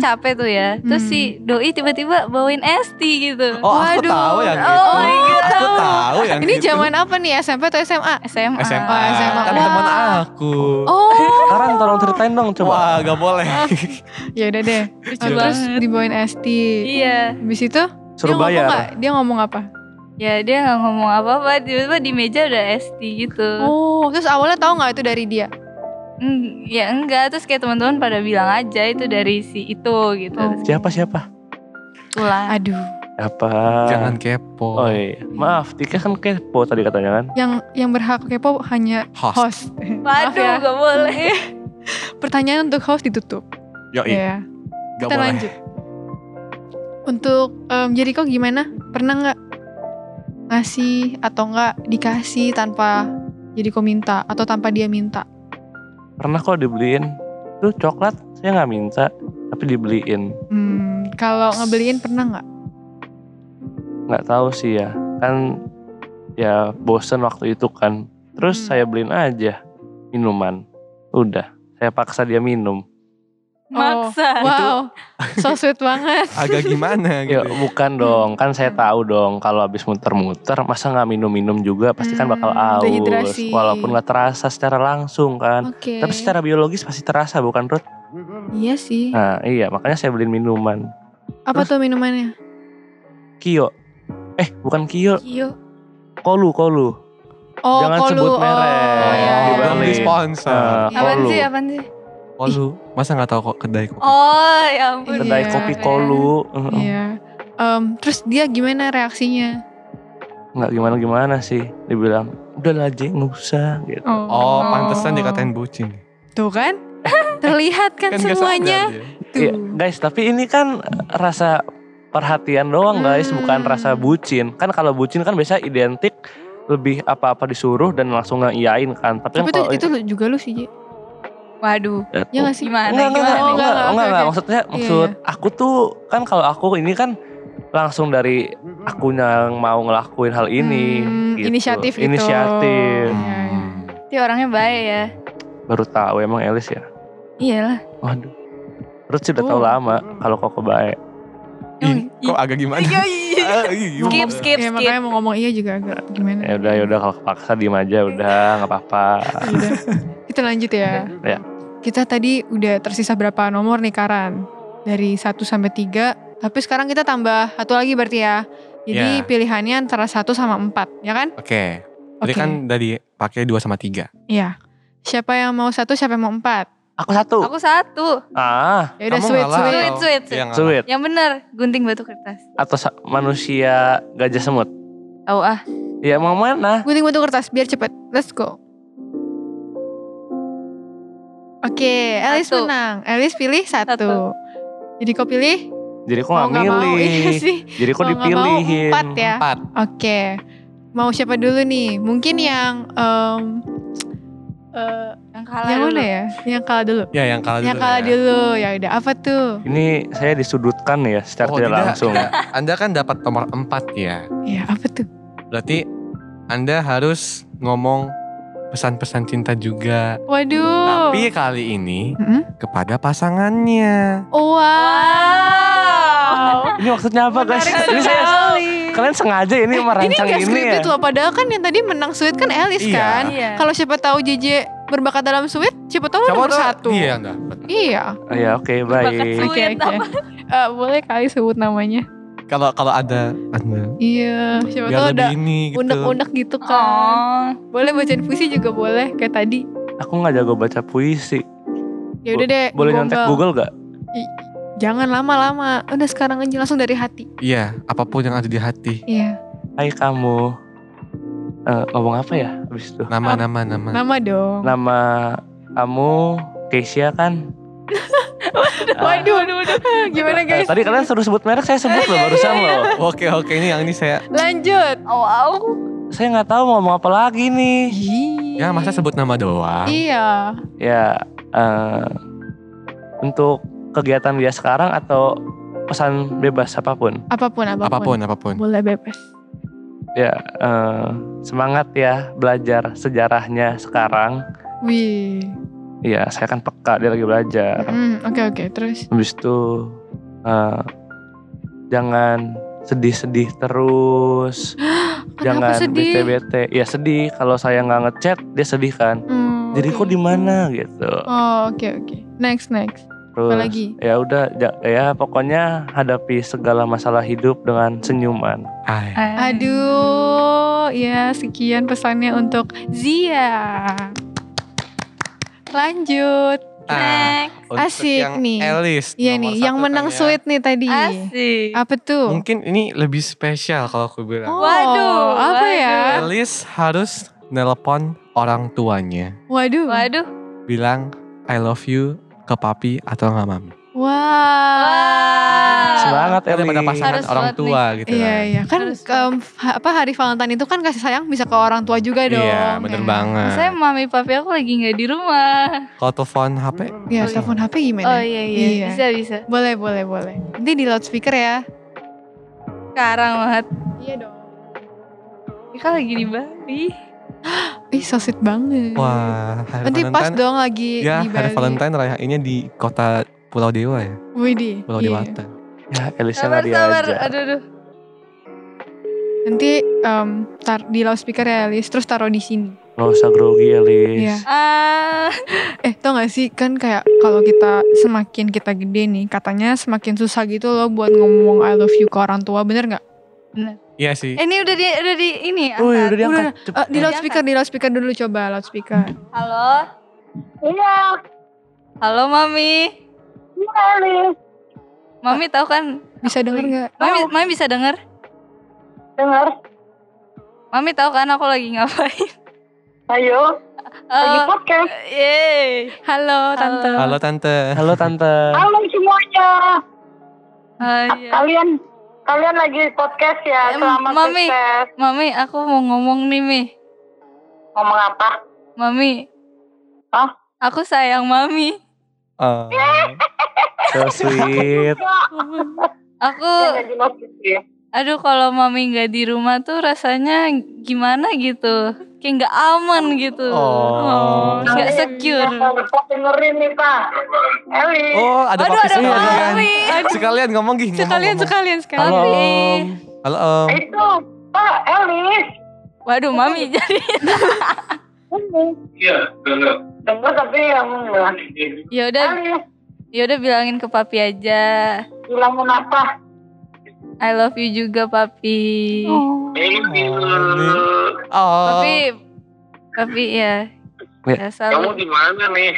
Hmm. capek tuh ya terus Hmm. si doi tiba-tiba bawain es tea gitu Oh, aku tahu yang itu. oh my God. Aku tahu yang gitu. Ini itu. zaman apa nih SMP atau SMA? SMA, SMA. Oh, SMA. Kan Wah. teman aku. Oh, Karan tolong ceritain dong coba. Wah, gak boleh. [laughs] ya udah deh. [laughs] lucu Terus banget dibawain ST. iya Habis itu Suruh dia ngomong bayar. nggak? Dia ngomong apa? ya dia nggak ngomong apa-apa tiba-tiba di meja udah es tea gitu Oh, terus awalnya tahu nggak itu dari dia? Eng- ya enggak terus kayak teman-teman pada bilang aja itu dari si itu gitu terus Siapa siapa? itulah Aduh, Apa? Jangan kepo. Oh iya. Maaf, Tika kan kepo tadi katanya kan. yang yang berhak kepo hanya Host. host. [laughs] Maaf waduh ya. gak boleh Pertanyaan untuk host ditutup. Oh iya, Yoi, Ya, gak kita boleh. lanjut. Untuk em, jadi kok gimana? Pernah nggak ngasih atau nggak dikasih tanpa jadi kok minta atau tanpa dia minta? Pernah kok dibeliin. Tuh coklat saya nggak minta, tapi dibeliin. Hmm, kalau ngebeliin pernah nggak? Nggak tahu sih ya. Kan ya bosen waktu itu kan. Terus Hmm. saya beliin aja minuman. Udah, saya paksa dia minum. maksa Wow, so sweet banget. [laughs] Agak gimana Ya gitu. Hmm. bukan dong, kan saya tahu dong kalau habis muter-muter masa nggak minum-minum juga pasti kan bakal Hmm, aus. dehidrasi. Walaupun nggak terasa secara langsung kan. Oke. Tapi secara biologis pasti terasa bukan Ruth? Iya sih. Nah iya makanya saya beliin minuman. Apa tuh minumannya? Kio. Eh bukan Kio, Iyo. Kolu, Kolu. Iya. Oh, Jangan kolu. sebut merek. Oh, iya, Oh, iya. belum Dibalik. di sponsor. Nah, apaan Kolu. sih apaan sih Eh. Oh, lu masa nggak tahu kok kedai kopi? oh ya ampun Kedai Iya, kopi iya. Kolu. Heeh. Iya. Em, terus dia gimana reaksinya? Nggak gimana-gimana sih. Dibilang udah aja nggak usah gitu. Oh, pantesan dikatain bucin. Tuh kan? Terlihat kan, nggak sadar semuanya. dia. Tuh. Iya, guys, tapi ini kan rasa perhatian doang, guys, Hmm. bukan rasa bucin. Kan kalau bucin kan biasa identik lebih apa-apa disuruh dan langsung ngeiyain kan. Tapi, Tapi kan itu, kalau itu lu- juga lu sih, Ji. waduh Eh, Ya nggak sih? Oh, gimana enggak, Oh, gimana enggak, enggak, enggak, enggak, enggak, oke, oke. maksudnya Iya, maksud aku tuh kan kalau aku ini kan langsung dari akunya yang mau ngelakuin hal ini Hmm, gitu. inisiatif itu. inisiatif Iya, iya. Hmm. Dia orangnya baik ya. baru tahu emang Elis ya [laughs] Iyalah. waduh Ruth sih udah tahu Oh. lama kalau koko baik Ih, kok agak gimana? [laughs] Ah, Iya, ih, Iya, Skip, skip, Ya, skip. makanya mau ngomong iya juga agak gimana. ya udah ya udah kalau kepaksa diem aja udah nggak apa-apa Yaudah, Kita lanjut ya. [laughs] Ya. Kita tadi udah tersisa berapa nomor nih Karan? Dari 1 sampai 3. Tapi sekarang kita tambah satu lagi berarti ya. Jadi Ya. pilihannya antara 1 sama 4, ya kan? Oke. Tadi kan udah dipakai 2 sama 3. Iya. Siapa yang mau satu, siapa yang mau empat? aku satu Aku satu. ah Ya udah sweet, sweet. Sweet, sweet, sweet. sweet Yang bener, gunting batu kertas. atau sa- manusia gajah semut Tahu ah. ya mau mana Gunting batu kertas biar cepet. Let's go. Oke, Elis Satu. menang. Elis pilih satu. Satu. Jadi kau pilih? jadi kok nggak nggak mau? Iya milih sih. jadi kok Mau nggak mau, dipilihin empat ya. Empat. Oke. Mau siapa dulu nih? Mungkin yang em, eh, Yang kalah yang dulu. mana ya? Yang kalah dulu. Ya yang kalah dulu. yang kalah ya. dulu. Ya udah, apa tuh? ini saya disudutkan ya secara Oh, tidak langsung ya. tidak. Anda kan dapat nomor 4 ya. Ya, apa tuh? Berarti Anda harus ngomong pesan-pesan cinta juga. Waduh. Tapi kali ini Mm-mm. Oh, kepada pasangannya. Wow. [laughs] ini maksudnya apa guys Menarik ini saya sekali. kalian sengaja ini Eh, ini merancang gak ini, ya scripted loh, padahal kan yang tadi menang sweet kan Elis Iya. kan. Iya. Kalau siapa tahu JJ berbakat dalam sweet, siapa tahu lo Siapa nomor tahu- satu. Iya, yang dapat. Iya. Oh, ya oke baik Sweet Oke, oke. apa? Eh, boleh kali sebut namanya. Kalau kalau ada ada Iya, siapa biar tahu lebih ada ini gitu. unek-unek gitu kan. Oh. Boleh bacain puisi juga boleh kayak tadi. aku nggak jago baca puisi Ya udah deh. boleh nyontek gombal. Google gak? Jangan lama-lama. Udah sekarang aja langsung dari hati. Iya, apapun yang ada di hati. Iya. Hai kamu Eh, ngomong apa ya abis itu Nama-nama nama. Nama dong. Nah. nama kamu Keisha kan Ah, [laughs] Waduh, waduh, waduh. [laughs] Gimana eh, guys? tadi kalian suruh sebut merek saya sebut loh barusan [laughs] loh Oke, oke ini yang ini saya. Lanjut. Oh, wow. saya nggak tahu mau ngomong apa lagi nih Ya, masa sebut nama doang? Iya. ya eh, untuk kegiatan dia sekarang atau pesan bebas apapun Apapun, apapun. Apapun, apapun. Boleh bebas. ya eh, semangat ya belajar sejarahnya sekarang Wih. ya saya kan peka dia lagi belajar Hmm, Oke, oke. Terus. habis itu eh, jangan sedih-sedih terus [gasps] jangan Kenapa sedih? bete-bete ya sedih kalau saya nggak ngechat dia sedih kan Hmm, jadi oke. kok di mana gitu Oh, oke, oke. Next, next. Apa terus lagi? ya udah ja- ya pokoknya hadapi segala masalah hidup dengan senyuman Eh, Ay. Aduh, ya sekian pesannya untuk Zia. Lanjut. Ah, Next. Untuk Asik yang nih. Elis. Iya nomor nih, satu yang menang kan ya. sweet nih tadi. Asik. Apa tuh? Mungkin ini lebih spesial kalau aku bilang. Oh, Waduh, apa ya? Elis harus nelpon orang tuanya. Waduh. Waduh. Bilang I love you ke papi atau nggak mami. Wow. Wah. semangat Kan Elis daripada pasangan Harus orang banget tua gitu Iya kan. iya kan Harus em, ha- apa hari Valentine itu kan kasih sayang bisa ke orang tua juga dong. Iya, bener ya. banget. Saya mami papi aku lagi nggak di rumah. Kalau telepon HP, Iya Bisa. telepon HP gimana? Oh iya iya, Iya. bisa bisa. Boleh boleh boleh. Nanti di loudspeaker ya. Sekarang banget. Iya dong. Kita lagi di Bali. Ih so sweet banget. wah, hari Nanti pas Valentine. dong lagi Ya, di hari Bali. Valentine rayainnya di kota Pulau Dewa ya, Widih. Pulau iya. Dewata. ya Elisa Sabar nggak sabar. diajak Aduh aduh. Nanti em, tar di loudspeaker ya Lis, terus taruh di sini. nggak usah grogi Elis Iya. Ah. Eh, tau gak sih kan kayak kalau kita semakin kita gede nih, katanya semakin susah gitu loh buat ngomong I love you ke orang tua, bener nggak? Iya sih. Eh, ini udah di udah di ini Wih, udah angkat. diangkat. Eh, di Iya, loudspeaker, di loudspeaker dulu coba loudspeaker. Halo. Iya, Halo mami. Mami tahu kan? Bisa denger nggak? Mami, mami bisa dengar? Dengar. Mami tahu kan aku lagi [laughs] ngapain? Ayo, lagi Eh, podcast. yeay. Halo, tante. Halo tante. halo tante Halo semuanya. Ah, iya. Kalian kalian lagi podcast ya. Em, Selamat Mami. sukses. Mami, aku mau ngomong nih, Mi. Ngomong apa? Eh. Mami. Hah? Aku sayang Mami. [laughs] Eh, so sweet Yang Aku nggak jelas gitu ya. aduh kalau mami nggak di rumah tuh rasanya gimana gitu. Kayak nggak aman gitu. Oh. nggak Kalian secure. yang Pak dengerin nih Pak. Eli. Oh, ada Aduh, papi ada semua kan. mami. Aduh. Sekalian ngomong gih. ngomong, Sekalian, ngomong. sekalian, sekalian. Halo. Om. Mami. Halo, Om. Eh, Itu Pak Eli. Waduh, mami [laughs] jadi. Iya, dengar. Dengar tapi yang enggak. Ya udah, Eli, ya udah bilangin ke papi aja. bilangin apa? I love you juga papi. Ini Oh, eh, Oh. Papi, papi ya. Ya. Ya, kamu selalu di mana nih?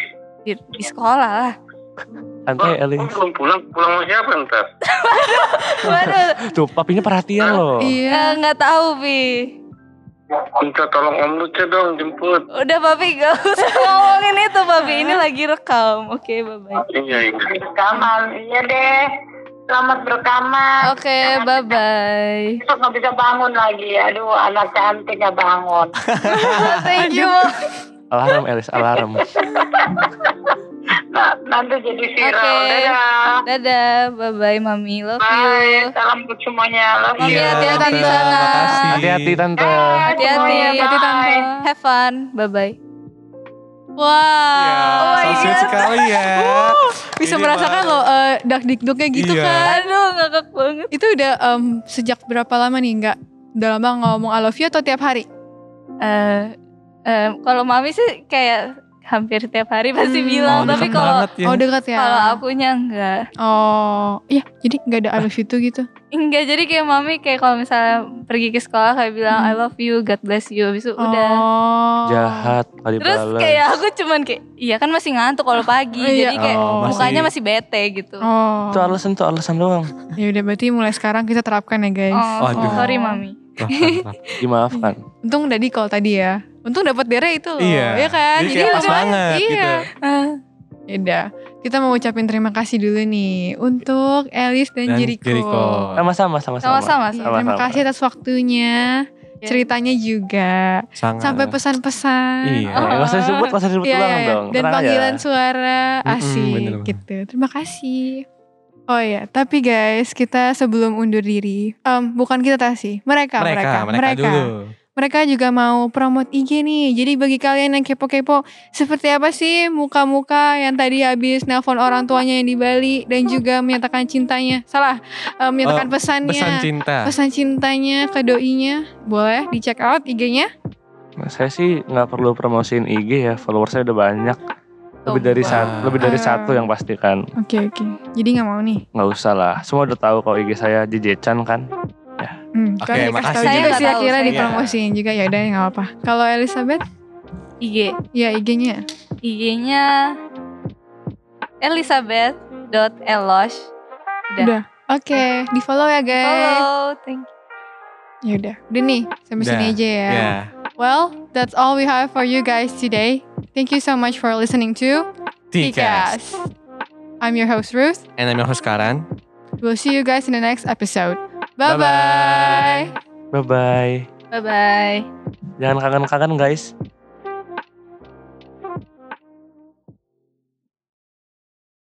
di, di sekolah lah. Eh, Santai Eli. Kok belum pulang? Pulang sama siapa ntar? Waduh, Tuh, papinya perhatian loh. Iya. Oh. eh, nggak tahu pi. Minta tolong Om Lucu dong jemput. Udah papi gak [laughs] usah ngomongin itu papi. Ini lagi rekam. Oke, bye bye. Iya, iya. Rekaman. Iya deh. Selamat berkaman. Oke, bye bye. Besok nggak bisa bangun lagi. Aduh, anak cantik nggak bangun. [laughs] Thank you. Alarm Elis, alarm. Nah, nanti jadi viral. Oke. Dadah. Dadah, bye bye mami. Love Bye. you. Salam buat semuanya. Love Mami you. Iya, hati-hati di Tante. sana. Makasih. Hati-hati tante. Hati-hati, Semuanya, hati-hati bye. tante. Have fun. Bye bye. Oh, Wow. so sweet my God. Ya, Iya. sekali ya. Uh. Bisa Ini merasakan mah- loh eh, dak dikduknya gitu Iya. kan. Aduh, ngakak banget. Itu udah em, sejak berapa lama nih nggak udah lama ngomong I love you atau tiap hari? Eh, eh, kalau mami sih kayak hampir tiap hari pasti Hmm. bilang, Oh, tapi deket kalau banget ya. Oh dekat ya. kalau akunya enggak. Oh iya jadi nggak ada I love you tuh gitu. Enggak, jadi kayak mami kayak kalau misalnya pergi ke sekolah kayak bilang I love you, God bless you, habis itu [laughs] udah. Oh. Jahat kali Terus balas. kayak aku cuman kayak, iya kan masih ngantuk kalau pagi, Iya. jadi kayak Oh, masih- mukanya masih bete gitu. Oh, Oh. Itu alasan tuh alasan doang. Ya udah berarti mulai sekarang kita terapkan ya guys. Waduh. Oh, sorry mami. Dimaafkan. Untung tadi kalau tadi ya. Untung dapat dere itu loh. Iya. Ya kan? Jadi kayak pas udah- iya. banget gitu. Ya udah. Kita mau ucapin terima kasih dulu nih untuk Elis dan, Dan Jericho. Jericho. Sama-sama, sama-sama. Sama-sama. Iya, sama. terima Sama-sama. kasih atas waktunya, Iya. ceritanya juga, Sangat. sampai pesan-pesan. Oh, Iya. Eh, Gak usah disebut, gak usah disebut Iya, ulang iya, iya. dong. Dan Tenang aja. panggilan suara Mm-mm, asik bener banget. gitu. Terima kasih. Oh iya, tapi guys, kita sebelum undur diri, em, bukan kita tas sih, mereka, mereka, mereka, Iya. mereka, dulu. mereka juga mau promote IG nih. Jadi bagi kalian yang kepo-kepo, seperti apa sih muka-muka yang tadi habis nelpon orang tuanya yang di Bali dan juga menyatakan cintanya, salah, eh, menyatakan pesannya, Oh, Pesan cinta. pesan cintanya ke doinya, boleh di check out IG-nya. Saya sih nggak perlu promosiin IG ya, followers saya udah banyak. Lebih dari Wah. satu, lebih dari Eh. satu yang pasti kan. Oke oke. Jadi nggak mau nih. Nggak usah lah. Semua udah tahu kalau IG saya Jejechan kan. Hmm, Oke, kan dikasih makasih tahu juga juga. Saya sih nggak tahu, akhirnya saya dipromosiin juga ya udah nggak apa-apa. Kalau Elizabeth, IG, ya IG-nya. IG-nya Elizabeth.elosh. Udah. Udah. Oke, di follow ya guys. Follow, thank you. Ya udah, udah nih sampai sini Udah. aja ya. Ya. Well, that's all we have for you guys today. Thank you so much for listening to Tikas. Tikas. I'm your host Ruth. And I'm your host Karan. We'll see you guys in the next episode. Bye bye. Bye-bye. Bye bye. Bye-bye. Jangan kangen-kangen guys.